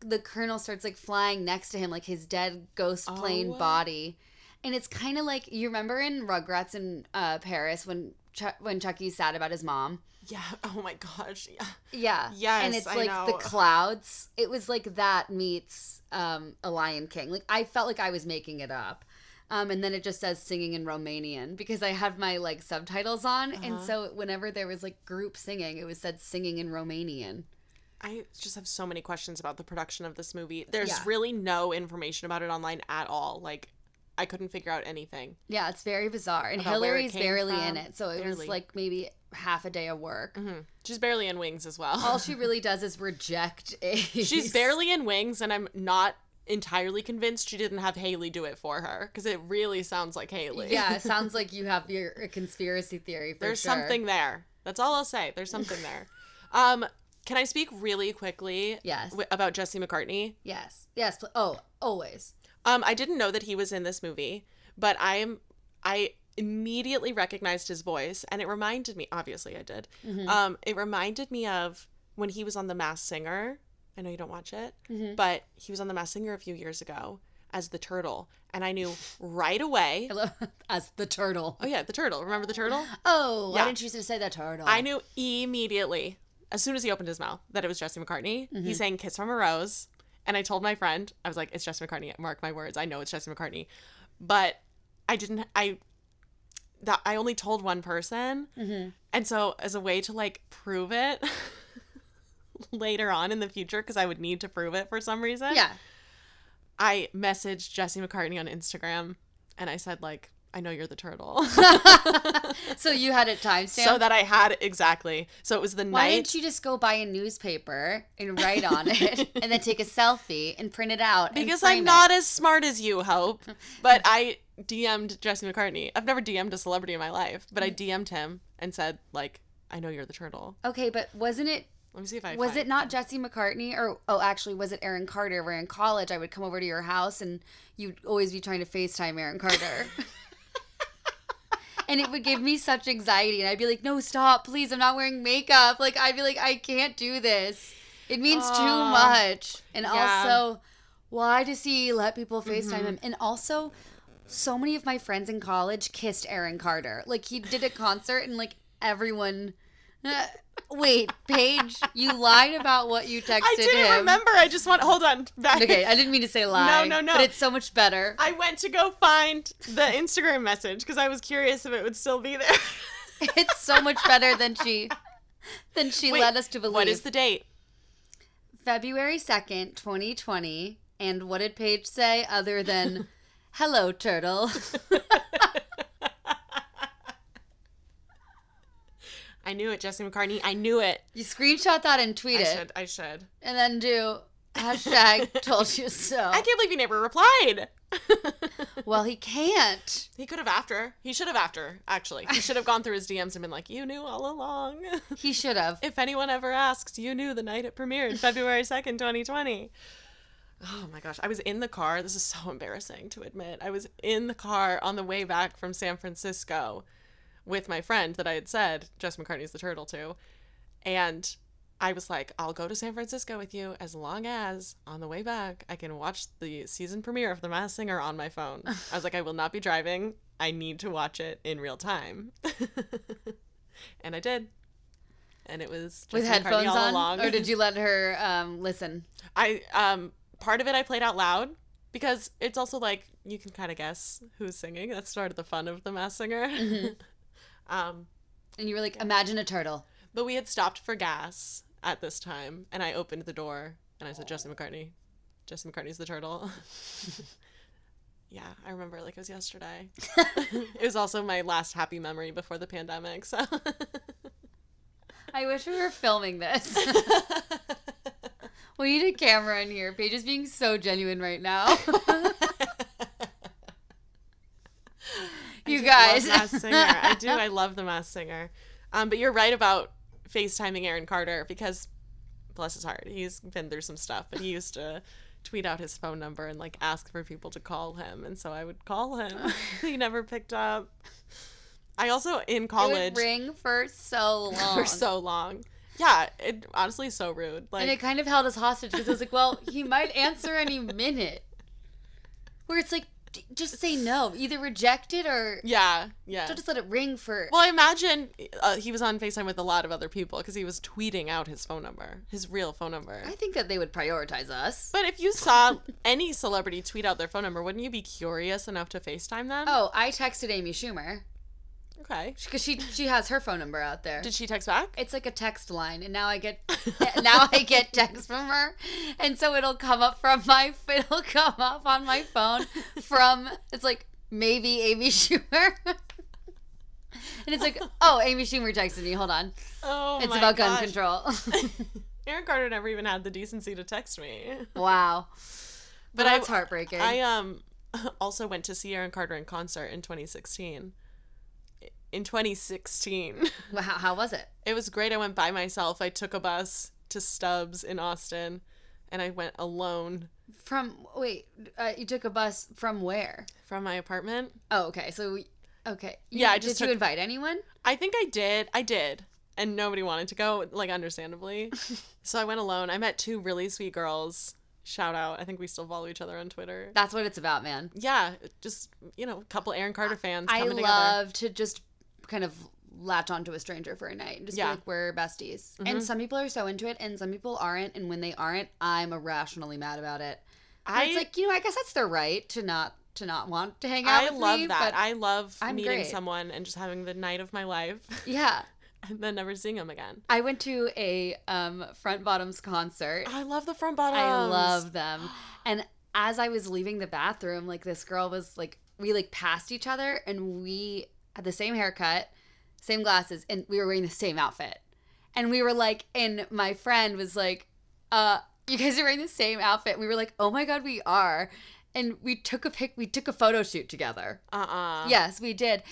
Speaker 2: the colonel starts like flying next to him like his dead ghost plane
Speaker 1: Oh.
Speaker 2: body. And it's kind of like you remember in Rugrats in uh, Paris when Chuck when Chucky's sad about his mom.
Speaker 1: Yeah. Oh my gosh. Yeah.
Speaker 2: Yeah.
Speaker 1: Yes,
Speaker 2: And it's
Speaker 1: I
Speaker 2: like the
Speaker 1: know.
Speaker 2: clouds. It was like that meets um, a Lion King. Like I felt like I was making it up. Um, and then it just says singing in Romanian because I have my like subtitles on, and
Speaker 1: Uh-huh.
Speaker 2: so whenever there was like group singing, it was said singing in Romanian.
Speaker 1: I just have so many questions about the production of this movie. There's
Speaker 2: Yeah.
Speaker 1: really no information about it online at all. Like, I couldn't figure out anything.
Speaker 2: Yeah, it's very bizarre, and
Speaker 1: About where it
Speaker 2: Hillary's
Speaker 1: came
Speaker 2: barely in
Speaker 1: from.
Speaker 2: it, so it was
Speaker 1: Barely.
Speaker 2: like maybe half a day of work.
Speaker 1: hmm She's barely in Wings as well.
Speaker 2: All she really does is reject Ace.
Speaker 1: She's barely in Wings, and I'm not entirely convinced she didn't have Haley do it for her because it really sounds like Haley.
Speaker 2: Yeah, it sounds like you have your a conspiracy theory. For
Speaker 1: There's
Speaker 2: sure.
Speaker 1: something there. That's all I'll say. There's something there. Um, can I speak really quickly
Speaker 2: Yes.
Speaker 1: w- about Jesse McCartney?
Speaker 2: Yes. Yes. pl- Oh, always.
Speaker 1: Um, I didn't know that he was in this movie, but I'm I immediately recognized his voice, and it reminded me. Obviously, I did.
Speaker 2: Mm-hmm.
Speaker 1: Um, it reminded me of when he was on The Masked Singer. I know you don't watch it,
Speaker 2: Mhm.
Speaker 1: but he was on The Masked Singer a few years ago as the turtle, and I knew right away.
Speaker 2: I love as the turtle.
Speaker 1: Oh yeah, the turtle. Remember the turtle?
Speaker 2: Oh, why
Speaker 1: Yeah.
Speaker 2: didn't you just say the turtle?
Speaker 1: I knew immediately, as soon as he opened his mouth, that it was Jesse McCartney.
Speaker 2: Mm-hmm.
Speaker 1: He sang Kiss from a Rose. And I told my friend, I was like, it's Jesse McCartney. Mark my words. I know it's Jesse McCartney. But I didn't, I, that I only told one person.
Speaker 2: Mm-hmm.
Speaker 1: And so, as a way to like prove it later on in the future, because I would need to prove it for some reason,
Speaker 2: Yeah.
Speaker 1: I messaged Jesse McCartney on Instagram and I said, like, I know you're the turtle.
Speaker 2: so you had it timestamped.
Speaker 1: so that I had exactly. So it was the
Speaker 2: why
Speaker 1: night.
Speaker 2: didn't you just go buy a newspaper and write on it, and then take a selfie and print it out? and
Speaker 1: Because
Speaker 2: frame
Speaker 1: I'm
Speaker 2: it?
Speaker 1: not as smart as you, Hope. But I DM'd Jesse McCartney. I've never DM'd a celebrity in my life, but
Speaker 2: Mm.
Speaker 1: I DM'd him and said, like, I know you're the turtle.
Speaker 2: Okay, but wasn't it?
Speaker 1: Let me see if I
Speaker 2: Was it not Jesse McCartney or oh, actually, was it Aaron Carter? Where in college I would come over to your house and you'd always be trying to Facetime Aaron Carter. And it would give me such anxiety, and I'd be like, "No, stop, please! I'm not wearing makeup. Like, I'd be like, I can't do this. It means too
Speaker 1: Aw.
Speaker 2: much." And
Speaker 1: Oh. Yeah. Mm-hmm.
Speaker 2: also, why does he let people Facetime him? And also, so many of my friends in college kissed Aaron Carter. Like he did a concert and like everyone Uh, Wait, Paige, you lied about what you texted
Speaker 1: I didn't
Speaker 2: him.
Speaker 1: remember. I just want hold on. Back.
Speaker 2: Okay, I didn't mean to say lie.
Speaker 1: no, no.
Speaker 2: But it's so much better.
Speaker 1: I went to go find the Instagram message because I was curious if it would still be there.
Speaker 2: It's so much better than she than she
Speaker 1: Wait,
Speaker 2: led us to believe.
Speaker 1: What is the date?
Speaker 2: February 2nd, 2020. And what did Paige say other than, hello, turtle?
Speaker 1: I knew it, Jesse McCartney. I knew it.
Speaker 2: You screenshot that and tweet
Speaker 1: I
Speaker 2: it.
Speaker 1: should. I should.
Speaker 2: And then do hashtag told you so.
Speaker 1: I can't believe he never replied.
Speaker 2: Well, he can't.
Speaker 1: He could have after. He should have after, actually. He should have gone through his DMs and been like, You knew all along.
Speaker 2: He should have.
Speaker 1: if anyone ever asks, you knew the night it premiered, February 2nd, 2020. Oh my gosh. I was in the car. This is so embarrassing to admit. I was in the car on the way back from San Francisco with my friend that I had said, Jess McCartney's the turtle too. And I was like, I'll go to San Francisco with you as long as on the way back I can watch the season premiere of The Masked Singer on my phone. I was like, I will not be driving. I need to watch it in real time. and I did. And it was
Speaker 2: With
Speaker 1: Jess McCartney
Speaker 2: headphones
Speaker 1: all
Speaker 2: on?
Speaker 1: along.
Speaker 2: Or did you let her um, listen?
Speaker 1: I um part of it I played out loud because it's also like you can kind of guess who's singing. That's sort of the fun of The Masked Singer.
Speaker 2: Mm-hmm.
Speaker 1: um
Speaker 2: And you were like, imagine a turtle.
Speaker 1: But we had stopped for gas at this time, and I opened the door and I said, Jesse McCartney. Jesse McCartney's the turtle. yeah, I remember it like it was yesterday. it was also my last happy memory before the pandemic, so.
Speaker 2: I wish we were filming this. We need a camera in here. Paige is being so genuine right now. you guys.
Speaker 1: Love Mass Singer. I do. I love the Mass Singer. Um, but you're right about FaceTiming Aaron Carter because, bless his heart, he's been through some stuff. But he used to tweet out his phone number and like ask for people to call him, and so I would call him. he never picked up. I also in
Speaker 2: It
Speaker 1: college
Speaker 2: would ring for so long.
Speaker 1: for so long. Yeah, it honestly so rude. Like
Speaker 2: and it kind of held us hostage because it was like, well, he might answer any minute. Where it's like, d- just say no. Either reject it or
Speaker 1: yeah, yeah.
Speaker 2: don't just let it ring for.
Speaker 1: Well, I imagine uh, he was on FaceTime with a lot of other people because he was tweeting out his phone number, his real phone number.
Speaker 2: I think that they would prioritize us.
Speaker 1: But if you saw any celebrity tweet out their phone number, wouldn't you be curious enough to FaceTime them?
Speaker 2: Oh, I texted Amy Schumer
Speaker 1: Okay.
Speaker 2: because she she has her phone number out there.
Speaker 1: Did she text back?
Speaker 2: it's like a text line, and now I get now I get texts from her, and so it'll come up from my it'll come up on my phone from it's like maybe Amy Schumer, and it's like oh Amy Schumer texted me. Hold on,
Speaker 1: Oh,
Speaker 2: it's
Speaker 1: my
Speaker 2: about gun
Speaker 1: gosh.
Speaker 2: control.
Speaker 1: Aaron Carter never even had the decency to text me.
Speaker 2: wow,
Speaker 1: But
Speaker 2: but
Speaker 1: I-
Speaker 2: that's heartbreaking.
Speaker 1: I um also went to see Aaron Carter in concert in 2016. In 2016.
Speaker 2: Well, how, how was it?
Speaker 1: It was great. I went by myself. I took a bus to Stubbs in Austin and I went alone
Speaker 2: From wait, uh, you took a bus from where?
Speaker 1: from my apartment.
Speaker 2: Oh, okay, so we- okay, You-
Speaker 1: Yeah, I just
Speaker 2: did
Speaker 1: took-
Speaker 2: you invite anyone?
Speaker 1: I think I did. I did. And nobody wanted to go, like, understandably. so I went alone. I met two really sweet girls. Shout out. I think we still follow each other on Twitter.
Speaker 2: That's what it's about, man.
Speaker 1: Yeah, just, you know, a couple Aaron Carter fans
Speaker 2: I
Speaker 1: coming together.
Speaker 2: love to just kind of latch onto a stranger for a night and just
Speaker 1: Yeah.
Speaker 2: be like, we're besties.
Speaker 1: Mhm.
Speaker 2: And some people are so into it and some people aren't. And when they aren't, I'm irrationally mad about it. And
Speaker 1: I,
Speaker 2: it's like, you know, I guess that's their right to not to not want to hang out
Speaker 1: I
Speaker 2: with
Speaker 1: love
Speaker 2: me,
Speaker 1: that.
Speaker 2: but
Speaker 1: I love
Speaker 2: I'm
Speaker 1: meeting
Speaker 2: great.
Speaker 1: someone and just having the night of my life
Speaker 2: yeah.
Speaker 1: and then never seeing them again.
Speaker 2: I went to a um, front bottoms concert.
Speaker 1: I love the front bottoms.
Speaker 2: I love them. And as I was leaving the bathroom, like this girl was like, we like passed each other and we had the same haircut, same glasses, and we were wearing the same outfit. And we were like, and my friend was like, uh, you guys are wearing the same outfit. And we were like, oh my God, we are. And we took a pic, we took a photo shoot together.
Speaker 1: Uh-uh.
Speaker 2: Yes, we did.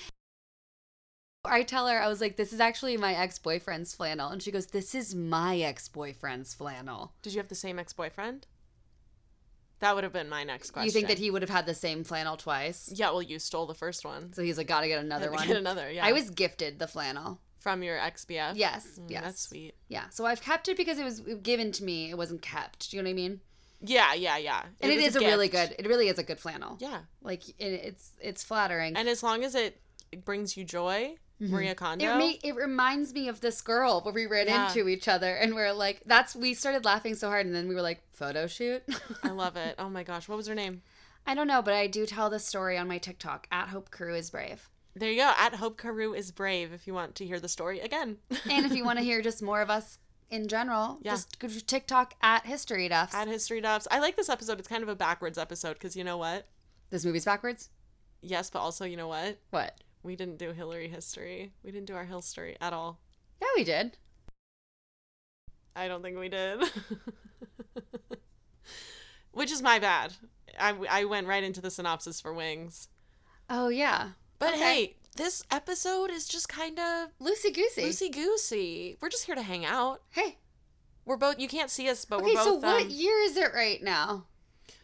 Speaker 2: I tell her, I was like, this is actually my ex boyfriend's flannel. And she goes, this is my ex boyfriend's flannel.
Speaker 1: Did you have the same ex-boyfriend? That would have been my next question.
Speaker 2: You think that he would have had the same flannel twice?
Speaker 1: Yeah, well, you stole the first one.
Speaker 2: So he's like, gotta get another
Speaker 1: Had to
Speaker 2: one.
Speaker 1: get another, yeah.
Speaker 2: I was gifted the flannel.
Speaker 1: from your ex-BF.
Speaker 2: Yes,
Speaker 1: Mm,
Speaker 2: yes,
Speaker 1: That's sweet.
Speaker 2: yeah. So I've kept it because it was given to me. It wasn't kept. Do you know what I mean?
Speaker 1: Yeah, yeah, yeah.
Speaker 2: And it
Speaker 1: was
Speaker 2: is a, really
Speaker 1: gift.
Speaker 2: good. It really is a good flannel.
Speaker 1: Yeah.
Speaker 2: Like it, it's it's flattering.
Speaker 1: And as long as it brings you joy,
Speaker 2: Mhm.
Speaker 1: Maria Kondo.
Speaker 2: It, ma- it reminds me of this girl where we ran
Speaker 1: Yeah.
Speaker 2: into each other and we're like, that's, we started laughing so hard and then we were like, photo shoot?
Speaker 1: I love it. Oh my gosh. What was her name?
Speaker 2: I don't know, but I do tell this story on my TikTok at Hope Crew is Brave.
Speaker 1: There you go. At Hope Carew is brave if you want to hear the story again.
Speaker 2: And if you want to hear just more of us in general,
Speaker 1: Yeah.
Speaker 2: just go to TikTok at History Duffs.
Speaker 1: At History Duffs. I like this episode. It's kind of a backwards episode because you know what?
Speaker 2: this movie's backwards?
Speaker 1: Yes, but also, you know what?
Speaker 2: What?
Speaker 1: We didn't do Hillary history. We didn't do our Hill story at all.
Speaker 2: Yeah, we did.
Speaker 1: I don't think we did. Which is my bad. I, I went right into the synopsis for Wings.
Speaker 2: Oh, yeah.
Speaker 1: But
Speaker 2: Okay.
Speaker 1: hey, this episode is just kind of
Speaker 2: Lucy Goosey.
Speaker 1: loosey goosey. We're just here to hang out.
Speaker 2: Hey.
Speaker 1: We're both. You can't see us, but
Speaker 2: Okay,
Speaker 1: we're both.
Speaker 2: so what
Speaker 1: um,
Speaker 2: year is it right now?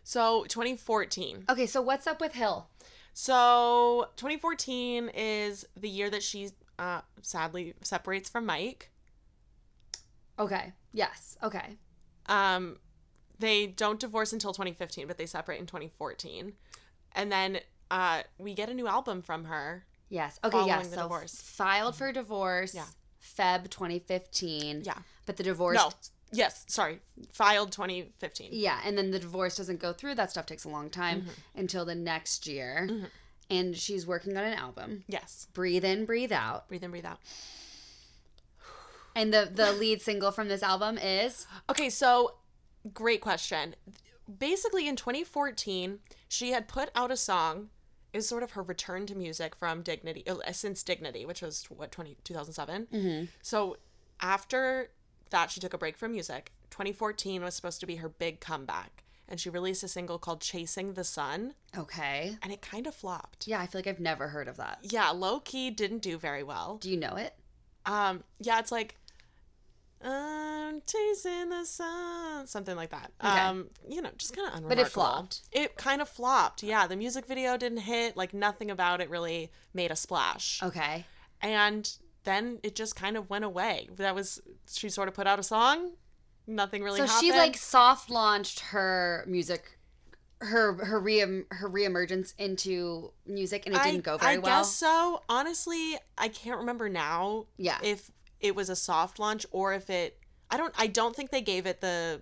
Speaker 1: so 2014.
Speaker 2: Okay, so what's up with Hill?
Speaker 1: So 2014 is the year that she uh, sadly separates from Mike.
Speaker 2: Okay. Yes. Okay.
Speaker 1: Um, they don't divorce until 2015, but they separate in 2014, and then uh, we get a new album from her.
Speaker 2: Yes. Okay. Yes.
Speaker 1: Following the
Speaker 2: so
Speaker 1: divorce.
Speaker 2: filed for divorce.
Speaker 1: Yeah.
Speaker 2: Feb 2015.
Speaker 1: Yeah.
Speaker 2: But the divorce.
Speaker 1: No. Yes. Sorry. Filed 2015.
Speaker 2: Yeah, and then the divorce doesn't go through. That stuff takes a long time
Speaker 1: Mm-hmm.
Speaker 2: until the next year.
Speaker 1: Mhm.
Speaker 2: And she's working on an album.
Speaker 1: Yes.
Speaker 2: Breathe in, breathe out.
Speaker 1: Breathe in, breathe out.
Speaker 2: And the the lead single from this album is
Speaker 1: Okay, so great question. Basically, in 2014, she had put out a song, is sort of her return to music from Dignity, uh, since Dignity, which was what 20, 2007. So after that, she took a break from music. 2014 was supposed to be her big comeback, and she released a single called Chasing the Sun,
Speaker 2: Okay.
Speaker 1: and it kind of flopped.
Speaker 2: Yeah, I feel like I've never heard of that.
Speaker 1: Yeah, low key didn't do very well.
Speaker 2: Do you know it?
Speaker 1: Um, yeah, it's like I'm chasing the sun, something like that.
Speaker 2: Okay.
Speaker 1: Um, you know, just kind of unremarkable.
Speaker 2: But it flopped.
Speaker 1: It kind of flopped. Yeah, the music video didn't hit. Like nothing about it really made a splash.
Speaker 2: Okay.
Speaker 1: And then it just kind of went away. That was she sort of put out a song. Nothing really.
Speaker 2: so
Speaker 1: happened.
Speaker 2: she like soft launched her music her her re her reemergence into music and it didn't
Speaker 1: I,
Speaker 2: go very
Speaker 1: I
Speaker 2: well.
Speaker 1: guess so. Honestly, I can't remember now
Speaker 2: Yeah.
Speaker 1: if it was a soft launch or if it I don't I don't think they gave it the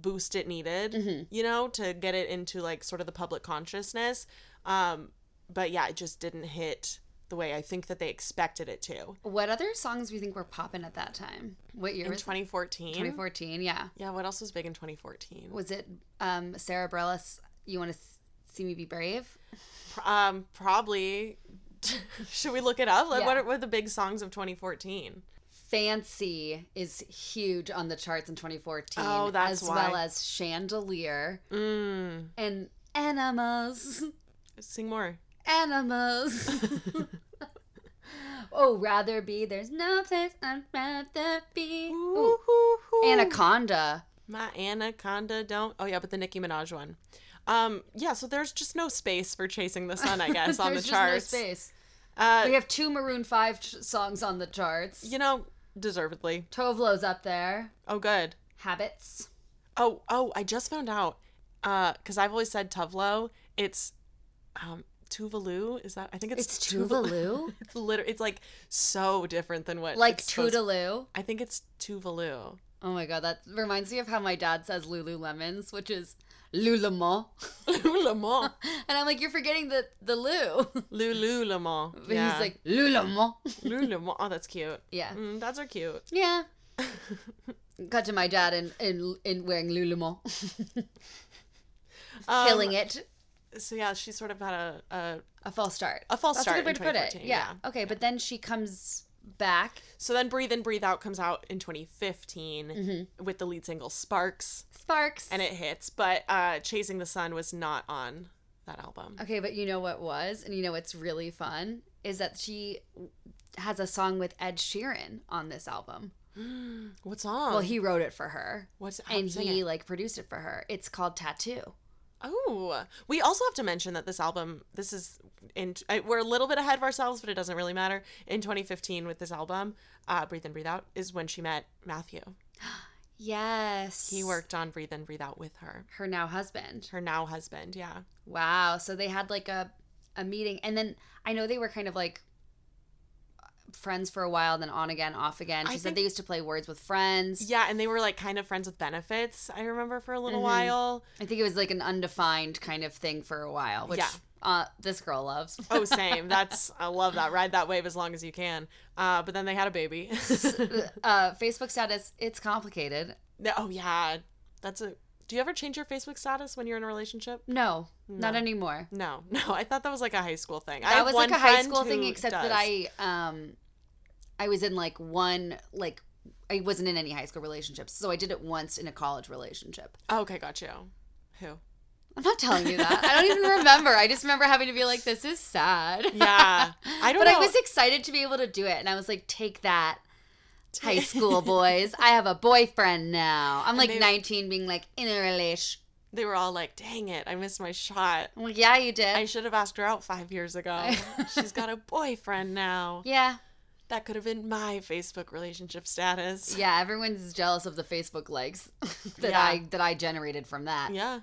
Speaker 1: boost it needed,
Speaker 2: Mhm.
Speaker 1: you know, to get it into like sort of the public consciousness. Um but yeah, it just didn't hit the way I think that they expected it to.
Speaker 2: What other songs do you think were popping at that time? What year
Speaker 1: In
Speaker 2: was it?
Speaker 1: 2014.
Speaker 2: 2014? Yeah.
Speaker 1: Yeah, what else was big in 2014?
Speaker 2: Was it um Sarah Bareilles? You want to see me be brave?
Speaker 1: um probably should we look it up? Like
Speaker 2: Yeah.
Speaker 1: what are- what are the big songs of 2014?
Speaker 2: Fancy is huge on the charts in 2014.
Speaker 1: Oh, that's
Speaker 2: as
Speaker 1: why.
Speaker 2: well as Chandelier
Speaker 1: Mm.
Speaker 2: and Animals.
Speaker 1: Sing more.
Speaker 2: Animals. oh, rather be. There's no place I'd rather be. Ooh.
Speaker 1: Ooh.
Speaker 2: Anaconda.
Speaker 1: My anaconda don't. Oh yeah, but the Nicki Minaj one. Um, yeah. So there's just no space for chasing the sun, I guess, on the
Speaker 2: There's just
Speaker 1: charts.
Speaker 2: No space.
Speaker 1: Uh,
Speaker 2: We have two Maroon Five ch- songs on the charts.
Speaker 1: you know, deservedly.
Speaker 2: Tovlo's up there.
Speaker 1: Oh good.
Speaker 2: Habits.
Speaker 1: Oh oh, I just found out. Uh, because I've always said Tuvlo. It's, um, Tuvalu. Is that? I think it's,
Speaker 2: It's Tuvalu.
Speaker 1: It's liter. It's like so different than what.
Speaker 2: like
Speaker 1: it's supposed-
Speaker 2: Toodaloo.
Speaker 1: I think it's Tuvalu.
Speaker 2: Oh my god, that reminds me of how my dad says Lululemons, which is Lulemon.
Speaker 1: Lululemon.
Speaker 2: And I'm like, you're forgetting the the Lou.
Speaker 1: Lululemon.
Speaker 2: But
Speaker 1: Yeah.
Speaker 2: he's like Lulemon.
Speaker 1: Lululemon. Oh, that's cute.
Speaker 2: Yeah.
Speaker 1: Mm, that's are cute.
Speaker 2: Yeah. Cut to my dad in in, in wearing Lululemon,
Speaker 1: Um,
Speaker 2: killing it.
Speaker 1: So yeah, she sort of had a, a
Speaker 2: A false start.
Speaker 1: a false
Speaker 2: That's
Speaker 1: start
Speaker 2: a good way
Speaker 1: in
Speaker 2: to put it.
Speaker 1: 2014,
Speaker 2: Yeah. Okay, but then she comes back.
Speaker 1: So then Breathe In Breathe Out comes out in 2015
Speaker 2: Mm-hmm.
Speaker 1: with the lead single Sparks
Speaker 2: Sparks.
Speaker 1: and it hits, but uh Chasing the Sun was not on that album.
Speaker 2: Okay, but you know what was, and you know what's really fun is that she has a song with Ed Sheeran on this album.
Speaker 1: What song?
Speaker 2: Well, he wrote it for her,
Speaker 1: What's
Speaker 2: and
Speaker 1: Oh. sing
Speaker 2: he
Speaker 1: it.
Speaker 2: like produced it for her. It's called Tattoo.
Speaker 1: Oh, we also have to mention that this album, this is in I- we're a little bit ahead of ourselves, but it doesn't really matter. In 2015 with this album, uh Breathe In Breathe Out is when she met Matthew.
Speaker 2: Yes,
Speaker 1: He worked on Breathe In Breathe Out with her.
Speaker 2: her now husband.
Speaker 1: Her now husband, yeah.
Speaker 2: Wow. So they had like a a meeting, and then I know they were kind of like friends for a while, then on again, off again.
Speaker 1: I
Speaker 2: She
Speaker 1: think-
Speaker 2: said they used to play words with friends.
Speaker 1: Yeah, and they were like kind of friends with benefits, I remember for a little
Speaker 2: Mhm.
Speaker 1: while.
Speaker 2: I think it was like an undefined kind of thing for a while, which
Speaker 1: Yeah.
Speaker 2: uh, this girl loves.
Speaker 1: oh same that's i love that ride that wave as long as you can uh, but then they had a baby
Speaker 2: uh, Facebook status, it's complicated.
Speaker 1: No- oh yeah that's a do you ever change your facebook status when you're in a relationship
Speaker 2: No, not
Speaker 1: No.
Speaker 2: anymore.
Speaker 1: no no i thought that was like a high school thing I
Speaker 2: That
Speaker 1: have
Speaker 2: was
Speaker 1: one
Speaker 2: like a high
Speaker 1: friend
Speaker 2: school thing,
Speaker 1: who
Speaker 2: except
Speaker 1: does.
Speaker 2: that I um, I was in like one like I wasn't in any high school relationships, so I did it once in a college relationship.
Speaker 1: oh, okay got you who
Speaker 2: I'm not telling you that. I don't even remember. I just remember having to be like, this is sad.
Speaker 1: yeah i don't
Speaker 2: but
Speaker 1: know
Speaker 2: I was excited to be able to do it, and I was like, "Take that, high school boys! I have a boyfriend now." I'm like
Speaker 1: they-
Speaker 2: 19, being like in a relation.
Speaker 1: they were all like dang it i missed my shot
Speaker 2: I'm like, "Yeah, you did.
Speaker 1: i should have asked her out five years ago she's got a boyfriend now
Speaker 2: yeah,
Speaker 1: that could have been my facebook relationship status
Speaker 2: yeah." Everyone's jealous of the Facebook likes that
Speaker 1: Yeah.
Speaker 2: I that I generated from that.
Speaker 1: yeah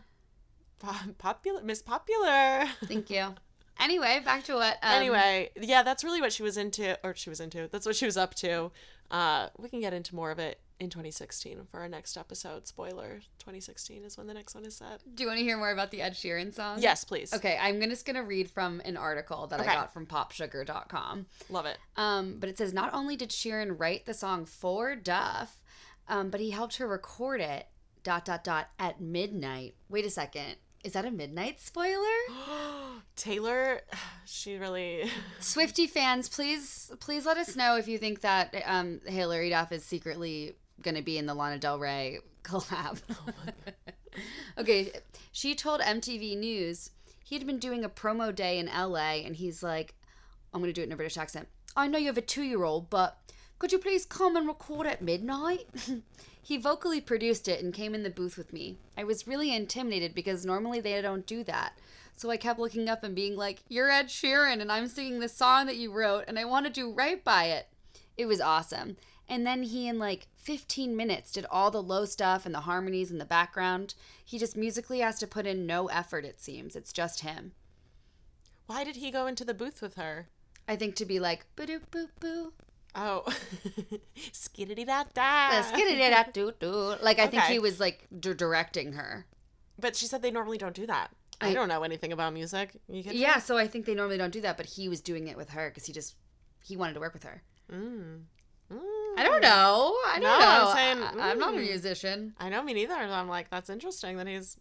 Speaker 1: Pop- popular miss popular
Speaker 2: Thank you. Anyway, back to what. Um,
Speaker 1: anyway, yeah, that's really what she was into, or she was into. That's what she was up to. Uh, we can get into more of it in 2016 for our next episode. Spoiler: 2016 is when the next one is set.
Speaker 2: do you want to hear more about the Ed Sheeran song?
Speaker 1: Yes, please.
Speaker 2: Okay, I'm gonna- just going to read from an article that
Speaker 1: Okay.
Speaker 2: I got from popsugar.com.
Speaker 1: Love it.
Speaker 2: Um, but it says not only did Sheeran write the song for Duff, um, but he helped her record it. Dot dot dot at midnight. Wait a second. Is that a midnight spoiler?
Speaker 1: Taylor, she really.
Speaker 2: Swifty fans, please please let us know if you think that um, Hillary Duff is secretly going to be in the Lana Del Rey collab. okay, she told MTV News he'd been doing a promo day in LA and he's like, I'm going to do it in a British accent. I know you have a two year old, but could you please come and record at midnight? he vocally produced it and came in the booth with me. I was really intimidated because normally they don't do that. So I kept looking up and being like, You're Ed Sheeran, and I'm singing the song that you wrote, and I want to do right by it. It was awesome. And then he, in like 15 minutes, did all the low stuff and the harmonies in the background. He just musically has to put in no effort, it seems. It's just him.
Speaker 1: Why did he go into the booth with her?
Speaker 2: I think to be like, boo boo boo,
Speaker 1: Oh, skiddity da
Speaker 2: Uh,
Speaker 1: da.
Speaker 2: doo. Like, I think
Speaker 1: Ah. Okay.
Speaker 2: he was like d- directing her.
Speaker 1: But she said they normally don't do that. I,
Speaker 2: I-
Speaker 1: don't know anything about music. You can.
Speaker 2: Yeah, so I think they normally don't do that, but he was doing it with her because he just he wanted to work with her.
Speaker 1: Mm. Mm.
Speaker 2: I don't know. I don't
Speaker 1: No, I'm
Speaker 2: know.
Speaker 1: saying,
Speaker 2: I, am not a
Speaker 1: mm.
Speaker 2: musician.
Speaker 1: I know me neither. and I'm like, that's interesting that he's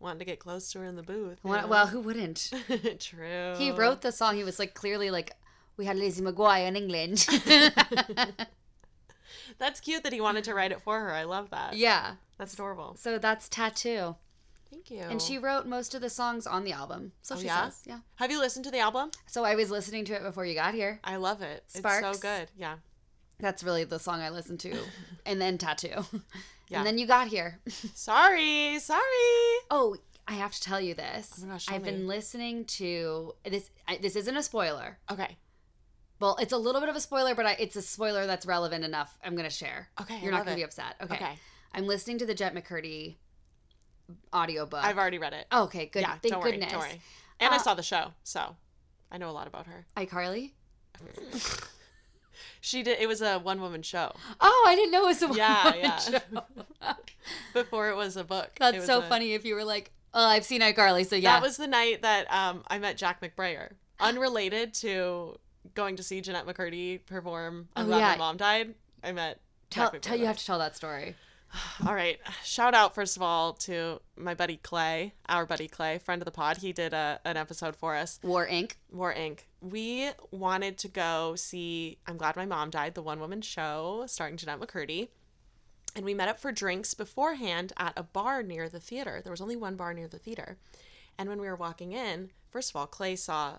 Speaker 1: wanting to get close to her in the booth. you
Speaker 2: Well,
Speaker 1: know? Uh,
Speaker 2: well, who wouldn't?
Speaker 1: true.
Speaker 2: He wrote the song. He was like clearly like we had Lizzie McGuire in England.
Speaker 1: That's cute that he wanted to write it for her. I love that.
Speaker 2: yeah.
Speaker 1: That's adorable.
Speaker 2: So that's tattoo.
Speaker 1: Thank you.
Speaker 2: And she wrote most of the songs on the album. So
Speaker 1: Oh,
Speaker 2: she
Speaker 1: yeah?
Speaker 2: says, yeah.
Speaker 1: Have you listened to the album?
Speaker 2: So I was listening to it before you got here.
Speaker 1: I love it. It's
Speaker 2: Sparks?
Speaker 1: so good. Yeah.
Speaker 2: That's really the song I listened to, and then tattoo,
Speaker 1: Yeah.
Speaker 2: and then you got here.
Speaker 1: Sorry. Sorry.
Speaker 2: Oh, I have to tell you this.
Speaker 1: Oh my gosh, tell
Speaker 2: I've
Speaker 1: me.
Speaker 2: been listening to this. I, this isn't a spoiler.
Speaker 1: Okay.
Speaker 2: Well, it's a little bit of a spoiler, but I, it's a spoiler that's relevant enough. I'm gonna share.
Speaker 1: Okay, I
Speaker 2: you're not
Speaker 1: love
Speaker 2: gonna
Speaker 1: it.
Speaker 2: be upset. Okay.
Speaker 1: Okay.
Speaker 2: I'm listening to the Jet McCurdy audiobook.
Speaker 1: I've already read it.
Speaker 2: oh, okay, good.
Speaker 1: yeah.
Speaker 2: Thank
Speaker 1: don't worry.
Speaker 2: goodness.
Speaker 1: Don't worry. And I
Speaker 2: Uh,
Speaker 1: saw the show, so I know a lot about her.
Speaker 2: iCarly.
Speaker 1: She did. It was a one-woman show
Speaker 2: Oh, I didn't know it was a one
Speaker 1: Yeah,
Speaker 2: woman
Speaker 1: yeah.
Speaker 2: show.
Speaker 1: before it was a book. It
Speaker 2: That's
Speaker 1: was
Speaker 2: so
Speaker 1: a-
Speaker 2: funny. If you were like, oh, I've seen iCarly, so yeah.
Speaker 1: That was the night that um, I met Jack McBrayer, unrelated to going to see Jeanette McCurdy perform. I'm
Speaker 2: Oh,
Speaker 1: glad
Speaker 2: yeah.
Speaker 1: my mom died. I met.
Speaker 2: tell,
Speaker 1: Jack
Speaker 2: tell you
Speaker 1: McBrayer.
Speaker 2: have to tell that story.
Speaker 1: All right. Shout out first of all to my buddy Clay, our buddy Clay, friend of the pod. He did a, an episode for us.
Speaker 2: War Inc.
Speaker 1: More ink. We wanted to go see I'm Glad My Mom Died, the one woman show starring Jeanette McCurdy. And we met up for drinks beforehand at a bar near the theater. There was only one bar near the theater. And when we were walking in, first of all, Clay saw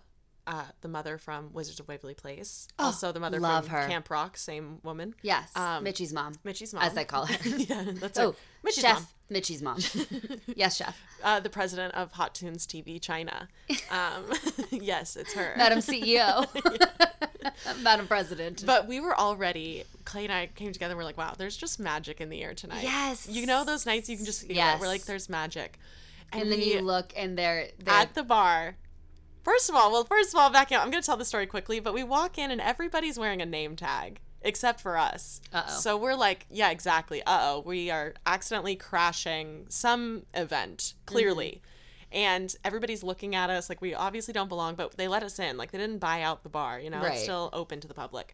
Speaker 1: uh, the mother from Wizards of Waverly Place. also the mother
Speaker 2: Oh, love
Speaker 1: from
Speaker 2: her.
Speaker 1: Camp Rock, same woman.
Speaker 2: Yes,
Speaker 1: Um,
Speaker 2: Mitchie's mom,
Speaker 1: Mitchie's mom.
Speaker 2: as they call her.
Speaker 1: yeah, that's
Speaker 2: oh,
Speaker 1: her. Mitchie's
Speaker 2: chef,
Speaker 1: mom.
Speaker 2: Mitchie's mom. yes, chef,
Speaker 1: Uh, the president of Hot Tunes TV China. Um, yes, it's her.
Speaker 2: Madam CEO, Madam President.
Speaker 1: But we were already Clay and I came together. and We're like, wow, there's just magic in the air tonight.
Speaker 2: Yes.
Speaker 1: you know those nights you can just feel it.
Speaker 2: Yes.
Speaker 1: We're like, there's magic, and,
Speaker 2: and then
Speaker 1: we-
Speaker 2: you look, and they're, they're
Speaker 1: at the bar. First of all, well, first of all, back out. I'm gonna tell the story quickly, but we walk in and everybody's wearing a name tag except for us.
Speaker 2: Uh-oh.
Speaker 1: So we're like, yeah, exactly. Uh oh, we are accidentally crashing some event clearly,
Speaker 2: Mm-hmm.
Speaker 1: and everybody's looking at us like we obviously don't belong. But they let us in. Like they didn't buy out the bar. You know,
Speaker 2: Right.
Speaker 1: it's still open to the public.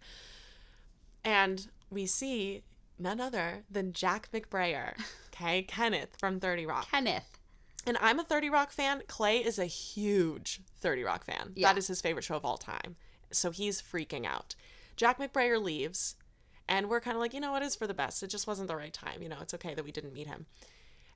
Speaker 1: And we see none other than Jack McBrayer, okay, Kenneth from Thirty Rock.
Speaker 2: Kenneth.
Speaker 1: And I'm a 30 Rock fan. Clay is a huge 30 Rock fan.
Speaker 2: Yeah.
Speaker 1: That is his favorite show of all time. So he's freaking out. Jack McBrayer leaves, and we're kind of like, you know what, it's for the best. It just wasn't the right time. You know, it's okay that we didn't meet him.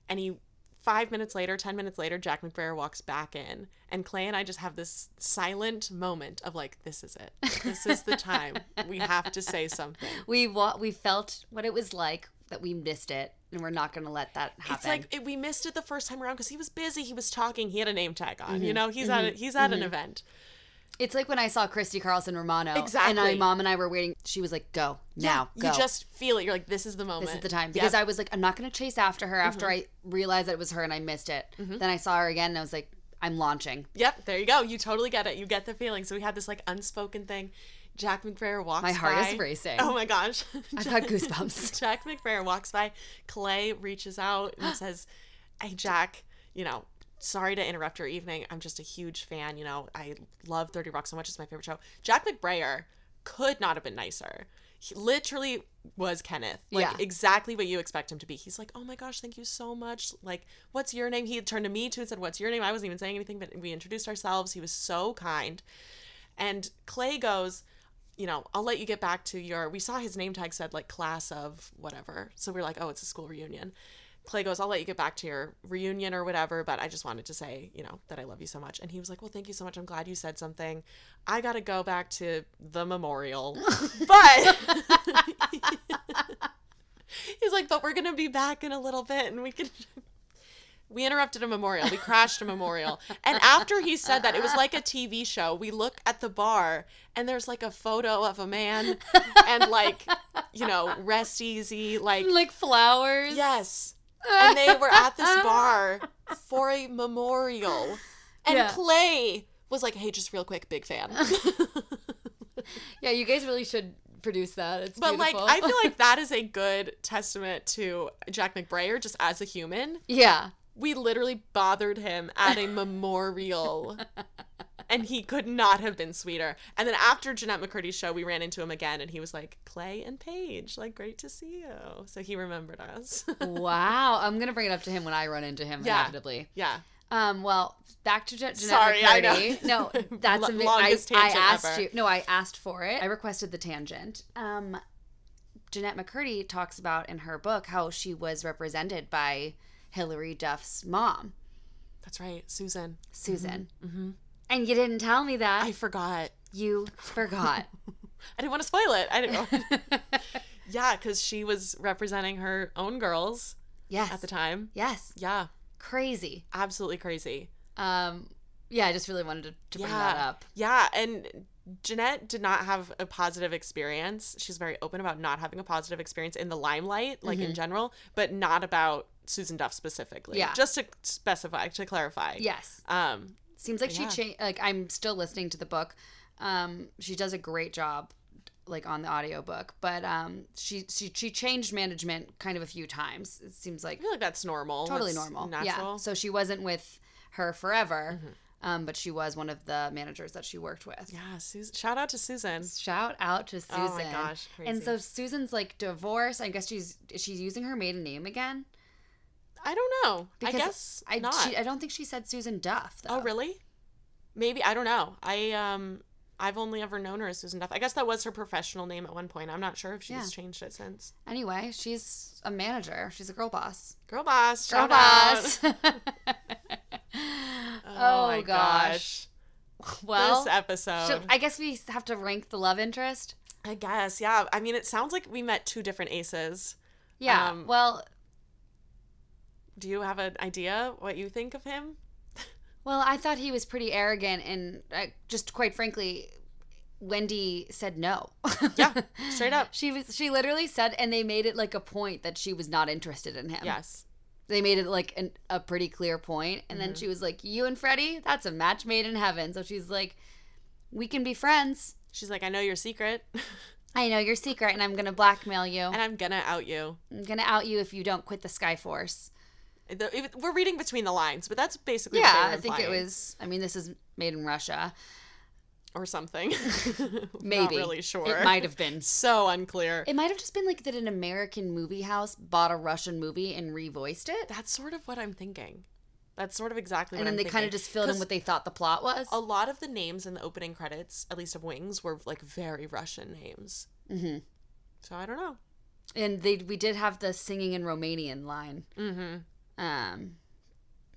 Speaker 1: And he, five minutes later, 10 minutes later, Jack McBrayer walks back in, and Clay and I just have this silent moment of like, this is it. This is the time. we have to say something.
Speaker 2: We wa- we felt what it was like that we missed it, and we're not going to let that happen.
Speaker 1: It's like it, we missed it the first time around because he was busy. He was talking. He had a name tag on.
Speaker 2: Mm-hmm.
Speaker 1: You know, he's at a, he's at an event.
Speaker 2: It's like when I saw Christy Carlson Romano, and my
Speaker 1: Exactly.
Speaker 2: mom and I were waiting. She was like, "Go now,
Speaker 1: you
Speaker 2: go."
Speaker 1: just feel it. You're like, this is the moment.
Speaker 2: this is the time because I was like, I'm not gonna chase after her after
Speaker 1: Mm-hmm.
Speaker 2: I realized that it was her and I missed it. Then I saw her again and I was like, I'm launching.
Speaker 1: Yep, there you go. You totally get it. You get the feeling. So we had this like unspoken thing. Jack McBrayer walks.
Speaker 2: My heart is
Speaker 1: by.
Speaker 2: racing.
Speaker 1: Oh my gosh.
Speaker 2: I've got goosebumps.
Speaker 1: Jack McBrayer walks by. Clay reaches out and says, "Hey, Jack. You know." Sorry to interrupt your evening. I'm just a huge fan. You know, I love 30 Rock so much. It's my favorite show. Jack McBrayer could not have been nicer. He literally was Kenneth. Like,
Speaker 2: Yeah.
Speaker 1: exactly what you expect him to be. He's like, "Oh my gosh, thank you so much. Like, what's your name?" He had turned to me too and said, "What's your name?" I wasn't even saying anything, but we introduced ourselves. He was so kind. And Clay goes, you know, I'll let you get back to your. We saw his name tag said like class of whatever. So we're like, oh, it's a school reunion. Clay goes, I'll let you get back to your reunion or whatever, but I just wanted to say, you know, that I love you so much. And he was like, well, thank you so much. I'm glad you said something. I got to go back to the memorial. but he's like, but we're going to be back in a little bit and we can. We interrupted a memorial. We crashed a memorial. And after he said that, it was like a TV show. We look at the bar and there's like a photo of a man and like, you know, rest easy, like
Speaker 2: Like flowers.
Speaker 1: Yes. And they were at this bar for a memorial. And
Speaker 2: Yeah.
Speaker 1: Clay was like, hey, just real quick, big fan.
Speaker 2: Yeah, you guys really should produce that. It's
Speaker 1: But like,
Speaker 2: beautiful.
Speaker 1: I feel like that is a good testament to Jack McBrayer just as a human.
Speaker 2: yeah.
Speaker 1: We literally bothered him at a memorial. And he could not have been sweeter. And then after Jeanette McCurdy's show, we ran into him again and he was like, Clay and Paige, like, great to see you. So he remembered us.
Speaker 2: Wow. I'm gonna bring it up to him when I run into him
Speaker 1: Yeah.
Speaker 2: inevitably.
Speaker 1: yeah.
Speaker 2: Um, well, back to Je- Jeanette
Speaker 1: Sorry, I know.
Speaker 2: McCurdy. No, that's
Speaker 1: Lo-
Speaker 2: a mi- I,
Speaker 1: longest
Speaker 2: I
Speaker 1: tangent
Speaker 2: asked
Speaker 1: ever.
Speaker 2: you. No, I asked for it. I requested the tangent. Um, Jeanette McCurdy talks about in her book how she was represented by Hillary Duff's mom,
Speaker 1: That's right. Susan.
Speaker 2: Susan,
Speaker 1: hmm
Speaker 2: and you didn't tell me that.
Speaker 1: I forgot.
Speaker 2: you forgot.
Speaker 1: I didn't want to spoil it. I didn't know. yeah, because she was representing her own girls
Speaker 2: yes.
Speaker 1: at the time.
Speaker 2: Yes.
Speaker 1: Yeah,
Speaker 2: Crazy.
Speaker 1: absolutely crazy.
Speaker 2: Um, yeah, I just really wanted to, to bring that
Speaker 1: Yeah.
Speaker 2: up.
Speaker 1: Yeah, and Jeanette did not have a positive experience. She's very open about not having a positive experience in the limelight, like in general, but not about Susan Duff specifically.
Speaker 2: Mm-hmm. Yeah.
Speaker 1: Just to specify, to clarify.
Speaker 2: Yes.
Speaker 1: Um,
Speaker 2: seems like
Speaker 1: Yeah.
Speaker 2: she changed like i'm still listening to the book um she does a great job like on the audiobook but um she she, she changed management kind of a few times it seems
Speaker 1: I
Speaker 2: like
Speaker 1: feel like that's normal.
Speaker 2: totally
Speaker 1: That's
Speaker 2: normal yeah
Speaker 1: Natural. Mm-hmm.
Speaker 2: so she wasn't with her forever um but she was one of the managers that she worked with
Speaker 1: Yeah, Susan. Shout out to Susan.
Speaker 2: shout out to susan
Speaker 1: Oh my gosh, crazy.
Speaker 2: and so susan's like divorced i guess she's is she using her maiden name again
Speaker 1: I don't know. I
Speaker 2: Because
Speaker 1: guess
Speaker 2: i
Speaker 1: not.
Speaker 2: She, uh, i don't think she said susan duff though
Speaker 1: Oh, really? Maybe I don't know. I um I've only ever known her as Susan Duff. I guess that was her professional name at one point. I'm not sure if she's
Speaker 2: Yeah.
Speaker 1: changed it since.
Speaker 2: anyway she's a manager she's a girl boss
Speaker 1: Girl boss.
Speaker 2: Girl
Speaker 1: shout out.
Speaker 2: boss.
Speaker 1: Oh,
Speaker 2: oh,
Speaker 1: my
Speaker 2: gosh.
Speaker 1: gosh.
Speaker 2: Well,
Speaker 1: this episode.
Speaker 2: should- I guess we have to rank the love interest.
Speaker 1: I guess. Yeah. I mean, it sounds like we met two different aces.
Speaker 2: Yeah.
Speaker 1: Um,
Speaker 2: well,
Speaker 1: Do you have an idea what you think of him?
Speaker 2: well, I thought he was pretty arrogant, and uh, just quite frankly, Wendy said no.
Speaker 1: Yeah, straight up.
Speaker 2: She was. She literally said, and they made it like a point that she was not interested in him.
Speaker 1: Yes.
Speaker 2: They made it like an, a pretty clear point, and then she was like, "You and Freddie, that's a match made in heaven." So she's like, "We can be friends."
Speaker 1: She's like, I know your secret,
Speaker 2: Oh. I know your secret, and I'm gonna blackmail you.
Speaker 1: and I'm gonna out you.
Speaker 2: I'm gonna out you if you don't quit the Skyforce.
Speaker 1: The- if- We're reading between the lines, but that's basically what
Speaker 2: Yeah,
Speaker 1: they were
Speaker 2: I think it
Speaker 1: implying.
Speaker 2: was. I mean, this is made in Russia.
Speaker 1: or something.
Speaker 2: Maybe
Speaker 1: not really sure.
Speaker 2: It might have been.
Speaker 1: So unclear.
Speaker 2: It might have just been like that. An American movie house bought a Russian movie and revoiced it,
Speaker 1: That's sort of what I'm thinking. That's sort of exactly
Speaker 2: and
Speaker 1: what
Speaker 2: then
Speaker 1: I'm
Speaker 2: they
Speaker 1: thinking.
Speaker 2: kind of just filled in
Speaker 1: 'Cause
Speaker 2: what they thought the plot was.
Speaker 1: a lot of the names in the opening credits, at least of Wings, were like very Russian names.
Speaker 2: hmm
Speaker 1: So I don't know.
Speaker 2: And they we did have the singing in Romanian line.
Speaker 1: Mm-hmm.
Speaker 2: Um,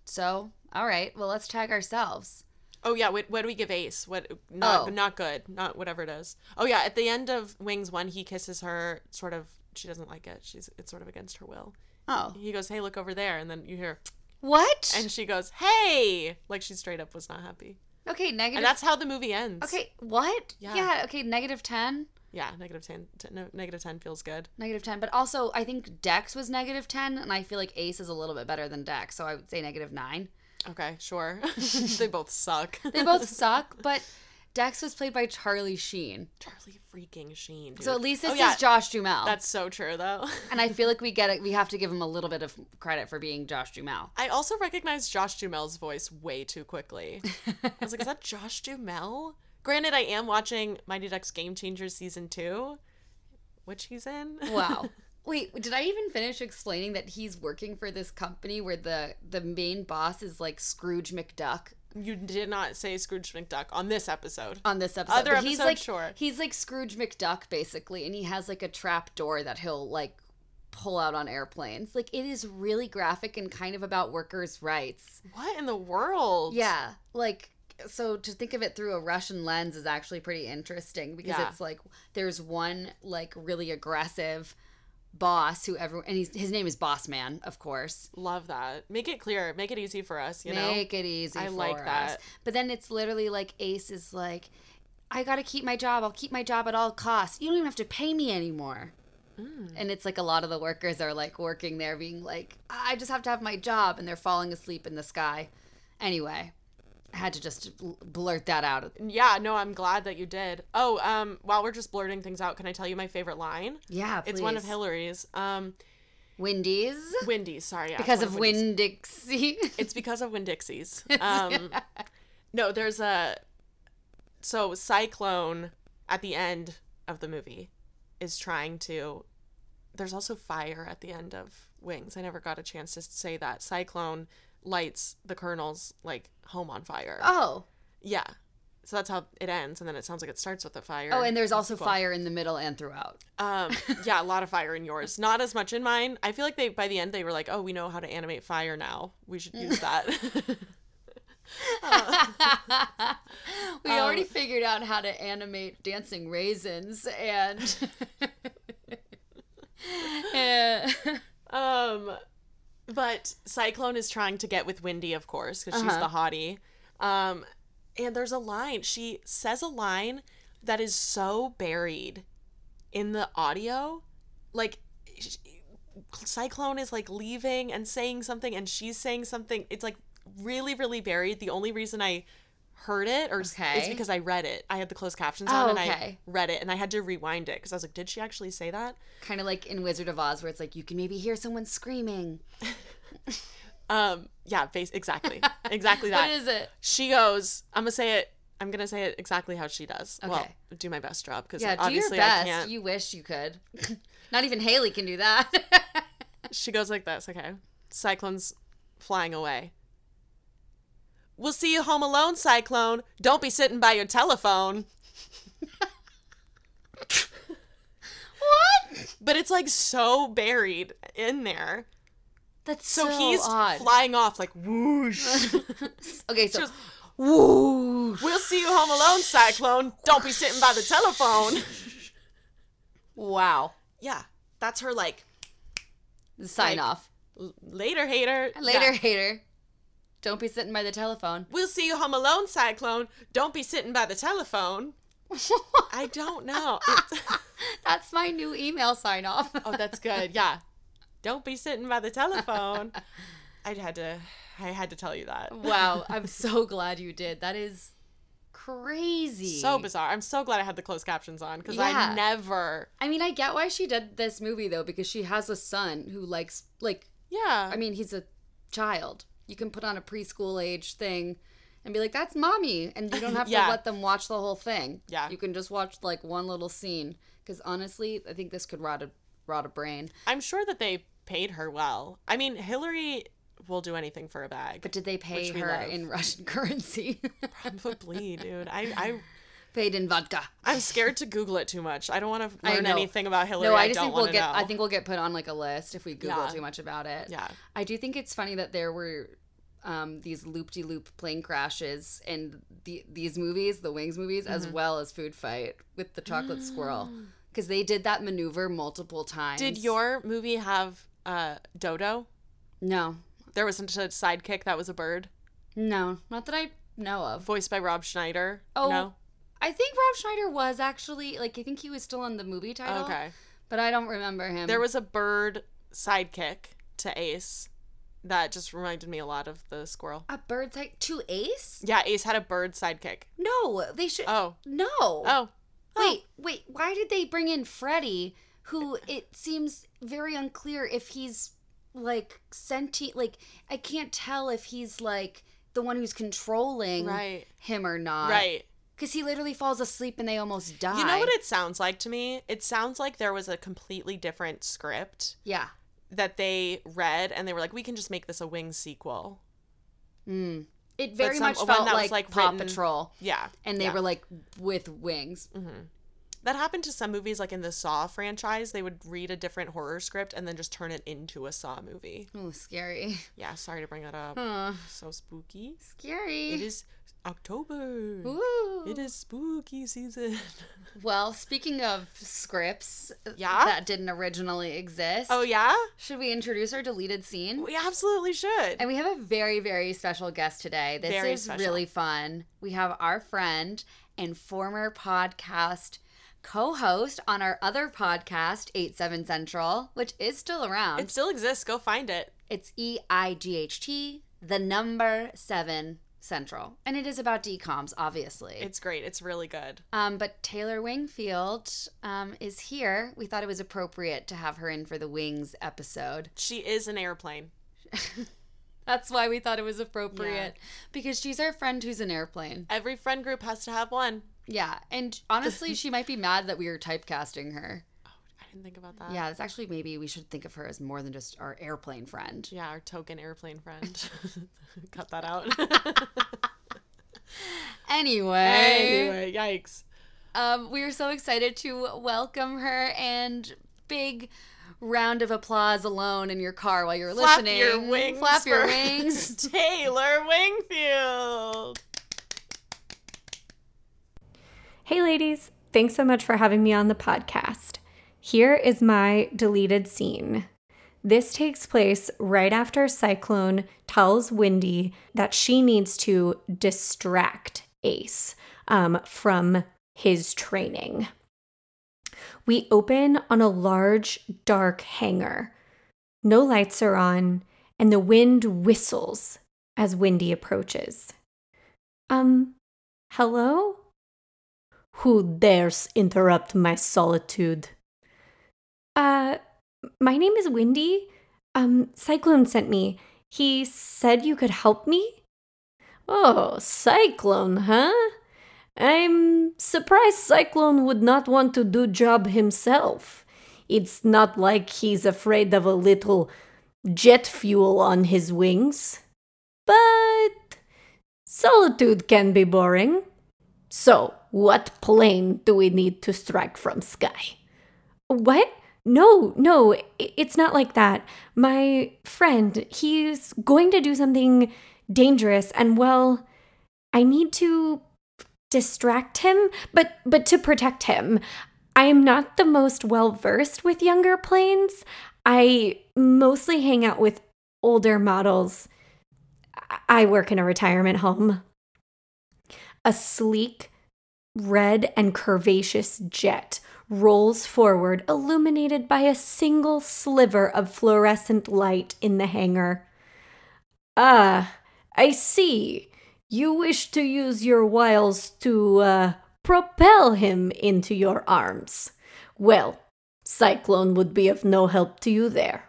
Speaker 2: so all right, well let's tag ourselves.
Speaker 1: Oh yeah, what, what do we give Ace? What not
Speaker 2: Oh.
Speaker 1: not good, not whatever it is. Oh yeah, at the end of Wings one, he kisses her. Sort of, she doesn't like it. She's it's sort of against her will.
Speaker 2: Oh,
Speaker 1: He goes, "Hey, look over there," and then you hear,
Speaker 2: what?
Speaker 1: and she goes, "Hey!" Like she straight up was not happy.
Speaker 2: okay,
Speaker 1: And
Speaker 2: negative.
Speaker 1: that's how the movie ends.
Speaker 2: Okay, what?
Speaker 1: Yeah.
Speaker 2: yeah okay, negative ten.
Speaker 1: Yeah, negative ten. T- no, negative ten feels good.
Speaker 2: Negative 10. But also, I think Dex was negative 10, and I feel like Ace is a little bit better than Dex, so I would say negative 9.
Speaker 1: Okay, sure. they both suck.
Speaker 2: They both suck, but Dex was played by Charlie Sheen.
Speaker 1: Charlie freaking Sheen. Dude.
Speaker 2: So at least this
Speaker 1: Oh, yeah.
Speaker 2: is Josh Dumel.
Speaker 1: That's so true, though.
Speaker 2: and I feel like we get it. We have to give him a little bit of credit for being Josh Dumel.
Speaker 1: I also recognized Josh Dumel's voice way too quickly. I was like, is that Josh Dumel? Granted, I am watching Mighty Ducks Game Changers season two, which he's in.
Speaker 2: Wow. Wait, did I even finish explaining that he's working for this company where the the main boss is like Scrooge McDuck
Speaker 1: You did not say Scrooge McDuck on this episode.
Speaker 2: on this episode.
Speaker 1: Other
Speaker 2: but he's
Speaker 1: episode,
Speaker 2: like
Speaker 1: sure.
Speaker 2: he's like Scrooge McDuck basically, and he has like a trap door that he'll like pull out on airplanes. Like it is really graphic and kind of about workers' rights.
Speaker 1: What in the world?
Speaker 2: Yeah, like so to think of it through a Russian lens is actually pretty interesting because
Speaker 1: Yeah.
Speaker 2: it's like there's one like really aggressive boss who everyone and he's, his name is Boss Man, of course.
Speaker 1: Love that. Make it clear. Make it easy for us, you know?
Speaker 2: Make it easy.
Speaker 1: I
Speaker 2: for
Speaker 1: like
Speaker 2: us.
Speaker 1: that.
Speaker 2: But then it's literally like Ace is like, I gotta keep my job. I'll keep my job at all costs. You don't even have to pay me anymore.
Speaker 1: Mm.
Speaker 2: And it's like a lot of the workers are like working there, being like, I just have to have my job, and they're falling asleep in the sky. Anyway, I had to just bl- blurt that out.
Speaker 1: Yeah, no, I'm glad that you did. Oh, um, while we're just blurting things out, can I tell you my favorite line?
Speaker 2: Yeah,
Speaker 1: It's one of
Speaker 2: please.
Speaker 1: Hillary's. Um,
Speaker 2: Wendy's
Speaker 1: Wendy's, sorry. yeah, it's
Speaker 2: because
Speaker 1: one
Speaker 2: of
Speaker 1: Wendy's.
Speaker 2: Win Dixie.
Speaker 1: It's because of Winn Dixie's. Um, no, there's a so cyclone at the end of the movie is trying to. There's also fire at the end of Wings. I never got a chance to say that. Cyclone lights the colonel's like home on fire.
Speaker 2: oh,
Speaker 1: Yeah, so that's how it ends, and then it sounds like it starts with a fire.
Speaker 2: oh, and there's also
Speaker 1: Sequel.
Speaker 2: fire in the middle and throughout.
Speaker 1: Um, yeah, a lot of fire in yours. Not as much in mine. I feel like they by the end they were like, "Oh, we know how to animate fire now. We should use that." Uh,
Speaker 2: we already
Speaker 1: Um,
Speaker 2: figured out how to animate dancing raisins and Eh,
Speaker 1: um, but Cyclone is trying to get with Wendy, of course, because she's
Speaker 2: Uh-huh.
Speaker 1: the hottie. Um, and there's a line. She says a line that is so buried in the audio, like. sh Cyclone is like leaving and saying something, and she's saying something. It's like really, really buried. The only reason I heard it or
Speaker 2: Okay.
Speaker 1: is because I read it. I had the closed captions
Speaker 2: Oh,
Speaker 1: on, and I
Speaker 2: okay.
Speaker 1: read it, and I had to rewind it because I was like, "Did she actually say that?"
Speaker 2: kind of like in Wizard of Oz where it's like you can maybe hear someone screaming.
Speaker 1: Um, yeah, bas- exactly, exactly that.
Speaker 2: What is it?
Speaker 1: she goes, I'm gonna say it. I'm gonna say it exactly how she does. Well,
Speaker 2: Okay.
Speaker 1: do my best job because
Speaker 2: Yeah, do your
Speaker 1: obviously I
Speaker 2: best.
Speaker 1: can't.
Speaker 2: You wish you could. Not even Haley can do that.
Speaker 1: She goes like this. Okay, Cyclone's flying away. We'll see you home alone, Cyclone. Don't be sitting by your telephone.
Speaker 2: what?
Speaker 1: But it's like so buried in there.
Speaker 2: That's
Speaker 1: So,
Speaker 2: so,
Speaker 1: he's
Speaker 2: odd.
Speaker 1: flying off like whoosh.
Speaker 2: okay, so
Speaker 1: just-
Speaker 2: whoosh.
Speaker 1: we'll see you home alone, Cyclone. Don't be sitting by the telephone.
Speaker 2: Wow.
Speaker 1: Yeah, that's her like
Speaker 2: Sign
Speaker 1: Like,
Speaker 2: off.
Speaker 1: l- later, hater. Yeah.
Speaker 2: Later, hater. Don't be sitting by the telephone.
Speaker 1: We'll see you home alone, Cyclone. Don't be sitting by the telephone. I don't know. It's-
Speaker 2: That's my new email sign off.
Speaker 1: oh, that's good. Yeah. Don't be sitting by the telephone. I had to I had to tell you that.
Speaker 2: wow, I'm so glad you did. That is crazy.
Speaker 1: So bizarre. I'm so glad I had the closed captions on because I
Speaker 2: Yeah.
Speaker 1: never
Speaker 2: I mean, I get why she did this movie though, because she has a son who likes like
Speaker 1: Yeah.
Speaker 2: I mean, he's a child. You can put on a preschool age thing and be like, "That's mommy," and you don't have
Speaker 1: Yeah.
Speaker 2: to let them watch the whole thing.
Speaker 1: Yeah.
Speaker 2: you can just watch like one little scene. Because honestly, I think this could rot a rot a brain.
Speaker 1: I'm sure that they paid her well. I mean, Hillary will do anything for a bag.
Speaker 2: But did they pay
Speaker 1: Which we
Speaker 2: her
Speaker 1: love.
Speaker 2: in Russian currency?
Speaker 1: probably, dude. I, I
Speaker 2: Paid in vodka.
Speaker 1: I'm scared to Google it too much. I don't want to
Speaker 2: I
Speaker 1: learn
Speaker 2: know.
Speaker 1: anything about Hillary.
Speaker 2: No, I just
Speaker 1: don't
Speaker 2: think we'll
Speaker 1: want to
Speaker 2: get.
Speaker 1: know.
Speaker 2: I think we'll get put on like a list if we Google
Speaker 1: Yeah.
Speaker 2: too much about it.
Speaker 1: yeah.
Speaker 2: I do think it's funny that there were um, these loop-de-loop plane crashes and the, these movies, the Wings movies, as
Speaker 1: Mm-hmm.
Speaker 2: well as Food Fight with the
Speaker 1: Mm.
Speaker 2: chocolate squirrel, because they did that maneuver multiple times.
Speaker 1: Did your movie have uh, Dodo?
Speaker 2: no,
Speaker 1: There was a sidekick that was a bird,
Speaker 2: no, not that I know of.
Speaker 1: voiced by Rob Schneider.
Speaker 2: Oh,
Speaker 1: no?
Speaker 2: I think Rob Schneider was actually like I think he was still on the movie title,
Speaker 1: okay.
Speaker 2: but I don't remember him.
Speaker 1: There was a bird sidekick to Ace that just reminded me a lot of the squirrel.
Speaker 2: a bird like to Ace.
Speaker 1: Yeah, Ace had a bird sidekick.
Speaker 2: No, they should.
Speaker 1: Oh,
Speaker 2: no.
Speaker 1: oh,
Speaker 2: Wait, wait. Why did they bring in Freddy, who it seems very unclear if he's like sentient? Like, I can't tell if he's like the one who's controlling
Speaker 1: right,
Speaker 2: him or not.
Speaker 1: right.
Speaker 2: Because he literally falls asleep and they almost die.
Speaker 1: You know what it sounds like to me? It sounds like there was a completely different script
Speaker 2: Yeah.
Speaker 1: that they read, and they were like, "We can just make this a Wings sequel."
Speaker 2: Mm. it very
Speaker 1: some-
Speaker 2: much
Speaker 1: one
Speaker 2: felt
Speaker 1: that was,
Speaker 2: like,
Speaker 1: like,
Speaker 2: Paw
Speaker 1: written-
Speaker 2: Patrol,
Speaker 1: Yeah.
Speaker 2: and they
Speaker 1: yeah. Mm-hmm.
Speaker 2: were like with wings.
Speaker 1: That happened to some movies, like in the Saw franchise. They would read a different horror script and then just turn it into a Saw movie.
Speaker 2: Oh, scary!
Speaker 1: Yeah, sorry to bring that up.
Speaker 2: Huh.
Speaker 1: So spooky.
Speaker 2: Scary.
Speaker 1: It is October.
Speaker 2: Ooh.
Speaker 1: It is spooky season.
Speaker 2: Well, speaking of scripts
Speaker 1: Yeah?
Speaker 2: that didn't originally exist,
Speaker 1: Oh, yeah?
Speaker 2: should we introduce our deleted scene?
Speaker 1: We absolutely should.
Speaker 2: And we have a very, very special guest today. This
Speaker 1: Very
Speaker 2: is
Speaker 1: special.
Speaker 2: really fun. We have our friend and former podcast co host on our other podcast, 8 7 Central, which is still around.
Speaker 1: It still exists. Go find it.
Speaker 2: It's E I G H T, the number 7 Central. And it is about DCOMs, obviously.
Speaker 1: It's great. It's really good.
Speaker 2: Um, but Taylor Wingfield um, is here. We thought it was appropriate to have her in for the Wings episode.
Speaker 1: She is an airplane.
Speaker 2: That's why we thought it was appropriate because she's our friend who's an airplane.
Speaker 1: Every friend group has to have one.
Speaker 2: Yeah, and honestly, she might be mad that we were typecasting her.
Speaker 1: I didn't think about that.
Speaker 2: yeah, it's actually maybe we should think of her as more than just our airplane friend.
Speaker 1: Yeah, our token airplane friend. Cut that out.
Speaker 2: Anyway,
Speaker 1: anyway, yikes.
Speaker 2: um, we are so excited to welcome her and big round of applause alone in your car while you're
Speaker 1: Flap
Speaker 2: listening.
Speaker 1: your wings.
Speaker 2: Flap your
Speaker 1: for
Speaker 2: wings.
Speaker 1: Taylor Wingfield.
Speaker 3: Hey, ladies, thanks so much for having me on the podcast. Here is my deleted scene. This takes place right after Cyclone tells Wendy that she needs to distract Ace um, from his training. We open on a large, dark hangar. No lights are on, and the wind whistles as Wendy approaches. Um, hello? Who dares interrupt my solitude? Uh, my name is Windy. Um, Cyclone sent me. He said you could help me. Oh, Cyclone, huh? I'm surprised Cyclone would not want to do job himself. It's not like he's afraid of a little jet fuel on his wings. But solitude can be boring. So, what plane do we need to strike from sky? What? No, no, i- it's not like that. My friend, he's going to do something dangerous and well, I need to distract him, but but to protect him. I am not the most well versed with younger planes. I mostly hang out with older models. I- I work in a retirement home a sleek, red and curvaceous jet rolls forward, illuminated by a single sliver of fluorescent light in the hangar. Ah, I see. You wish to use your wiles to uh, propel him into your arms. Well, Cyclone would be of no help to you there.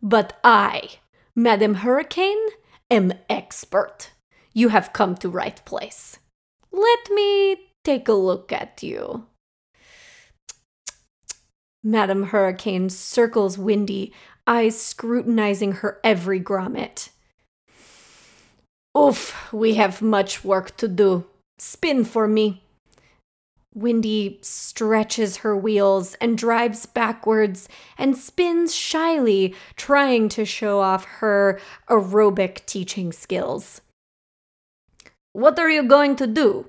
Speaker 3: But I, Madam Hurricane, am expert. You have come to right place. Let me take a look at you. Madam Hurricane circles Windy, eyes scrutinizing her every grommet. Oof, we have much work to do. Spin for me. Windy stretches her wheels and drives backwards and spins shyly, trying to show off her aerobic teaching skills. What are you going to do?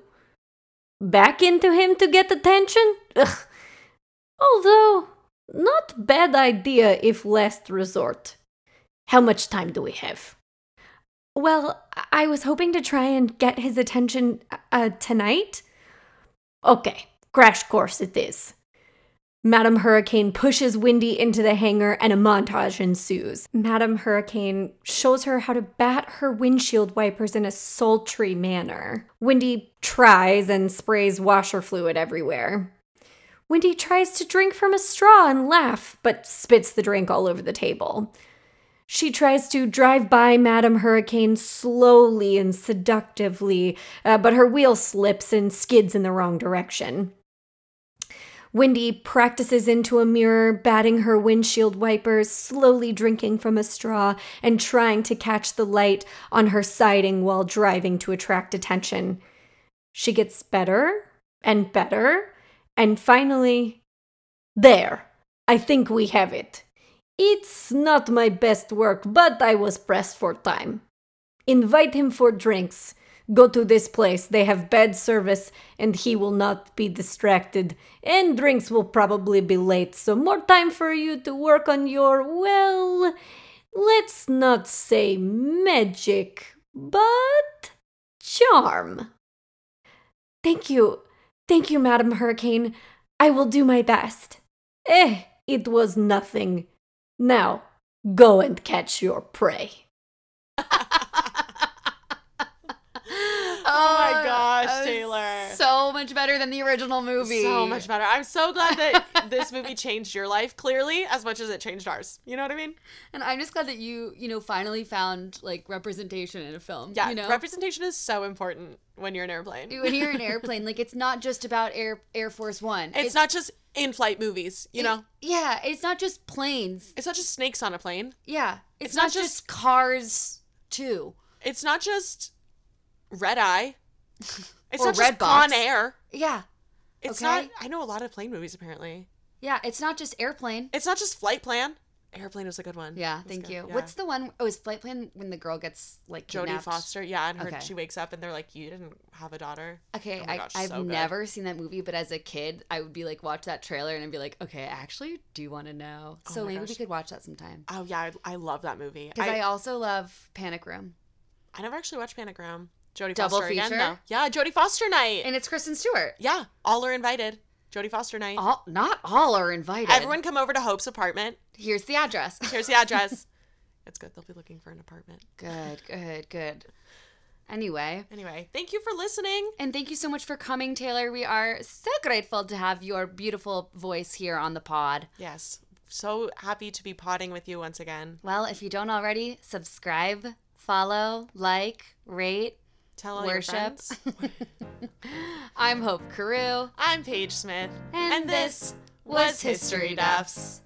Speaker 3: Back into him to get attention? Ugh. Although, not bad idea if last resort. How much time do we have? Well, I- I was hoping to try and get his attention uh, tonight. Okay, crash course it is. Madam Hurricane pushes Windy into the hangar and a montage ensues. Madam Hurricane shows her how to bat her windshield wipers in a sultry manner. Windy tries and sprays washer fluid everywhere. Windy tries to drink from a straw and laugh, but spits the drink all over the table. She tries to drive by Madam Hurricane slowly and seductively, uh, but her wheel slips and skids in the wrong direction. Wendy practices into a mirror, batting her windshield wipers, slowly drinking from a straw, and trying to catch the light on her siding while driving to attract attention. She gets better and better, and finally, there. I think we have it. It's not my best work, but I was pressed for time. Invite him for drinks. Go to this place. They have bad service and he will not be distracted. And drinks will probably be late, so more time for you to work on your, well, let's not say magic, but charm. Thank you. Thank you, Madam Hurricane. I will do my best. Eh, it was nothing. Now, go and catch your prey.
Speaker 2: Oh,
Speaker 1: my gosh,
Speaker 2: that was
Speaker 1: Taylor.
Speaker 2: So much better than the original movie.
Speaker 1: So much better. I'm so glad that this movie changed your life clearly as much as it changed ours. You know what I mean?
Speaker 2: And I'm just glad that you, you know, finally found like representation in a film.
Speaker 1: Yeah.
Speaker 2: You know?
Speaker 1: Representation is so important when you're an airplane.
Speaker 2: when you're in an airplane, like it's not just about Air Air Force One.
Speaker 1: it's, not just in-flight movies, you
Speaker 2: it-
Speaker 1: know.
Speaker 2: Yeah, it's not just planes.
Speaker 1: It's not just snakes on a plane.
Speaker 2: Yeah, it's,
Speaker 1: It's
Speaker 2: not,
Speaker 1: not
Speaker 2: just, cars too.
Speaker 1: It's not just red eye. It's
Speaker 2: Or
Speaker 1: not
Speaker 2: Red
Speaker 1: just
Speaker 2: Box.
Speaker 1: Con Air.
Speaker 2: Yeah,
Speaker 1: It's
Speaker 2: Okay.
Speaker 1: not. I know a lot of plane movies apparently.
Speaker 2: yeah, it's not just airplane.
Speaker 1: It's not just flight plan. Airplane was a good one.
Speaker 2: Yeah,
Speaker 1: That's
Speaker 2: thank
Speaker 1: good.
Speaker 2: you.
Speaker 1: Yeah.
Speaker 2: What's the one? Oh, is flight plan when the girl gets like
Speaker 1: Jodie
Speaker 2: kidnapped?
Speaker 1: Foster? Yeah, and her
Speaker 2: Okay.
Speaker 1: she wakes up and they're like, "You didn't have a daughter."
Speaker 2: Okay,
Speaker 1: Oh my
Speaker 2: I,
Speaker 1: gosh,
Speaker 2: I've
Speaker 1: so good.
Speaker 2: never seen that movie, but as a kid, I would be like, watch that trailer and I'd be like, okay, I actually do want to know.
Speaker 1: Oh
Speaker 2: So
Speaker 1: my
Speaker 2: maybe we
Speaker 1: gosh.
Speaker 2: could watch that sometime.
Speaker 1: Oh yeah, I, I love that movie.
Speaker 2: Because I, also love Panic Room.
Speaker 1: I never actually watched Panagram. Jodie
Speaker 2: Double
Speaker 1: Foster again,
Speaker 2: feature?
Speaker 1: though. Yeah, Jodie Foster night.
Speaker 2: And it's Kristen Stewart.
Speaker 1: yeah, all are invited. Jodie Foster night.
Speaker 2: All, not all are invited.
Speaker 1: Everyone come over to Hope's apartment.
Speaker 2: Here's the address.
Speaker 1: Here's the address. it's good. They'll be looking for an apartment.
Speaker 2: good, good, good. Anyway,
Speaker 1: Anyway, thank you for listening.
Speaker 2: and thank you so much for coming, Taylor. We are so grateful to have your beautiful voice here on the pod.
Speaker 1: Yes, so happy to be potting with you once again.
Speaker 2: Well, if you don't already, subscribe, follow, like, rate,
Speaker 1: Tell all
Speaker 2: Worship.
Speaker 1: your friends.
Speaker 2: I'm Hope Carew.
Speaker 1: I'm Paige Smith,
Speaker 2: And this was History Duffs.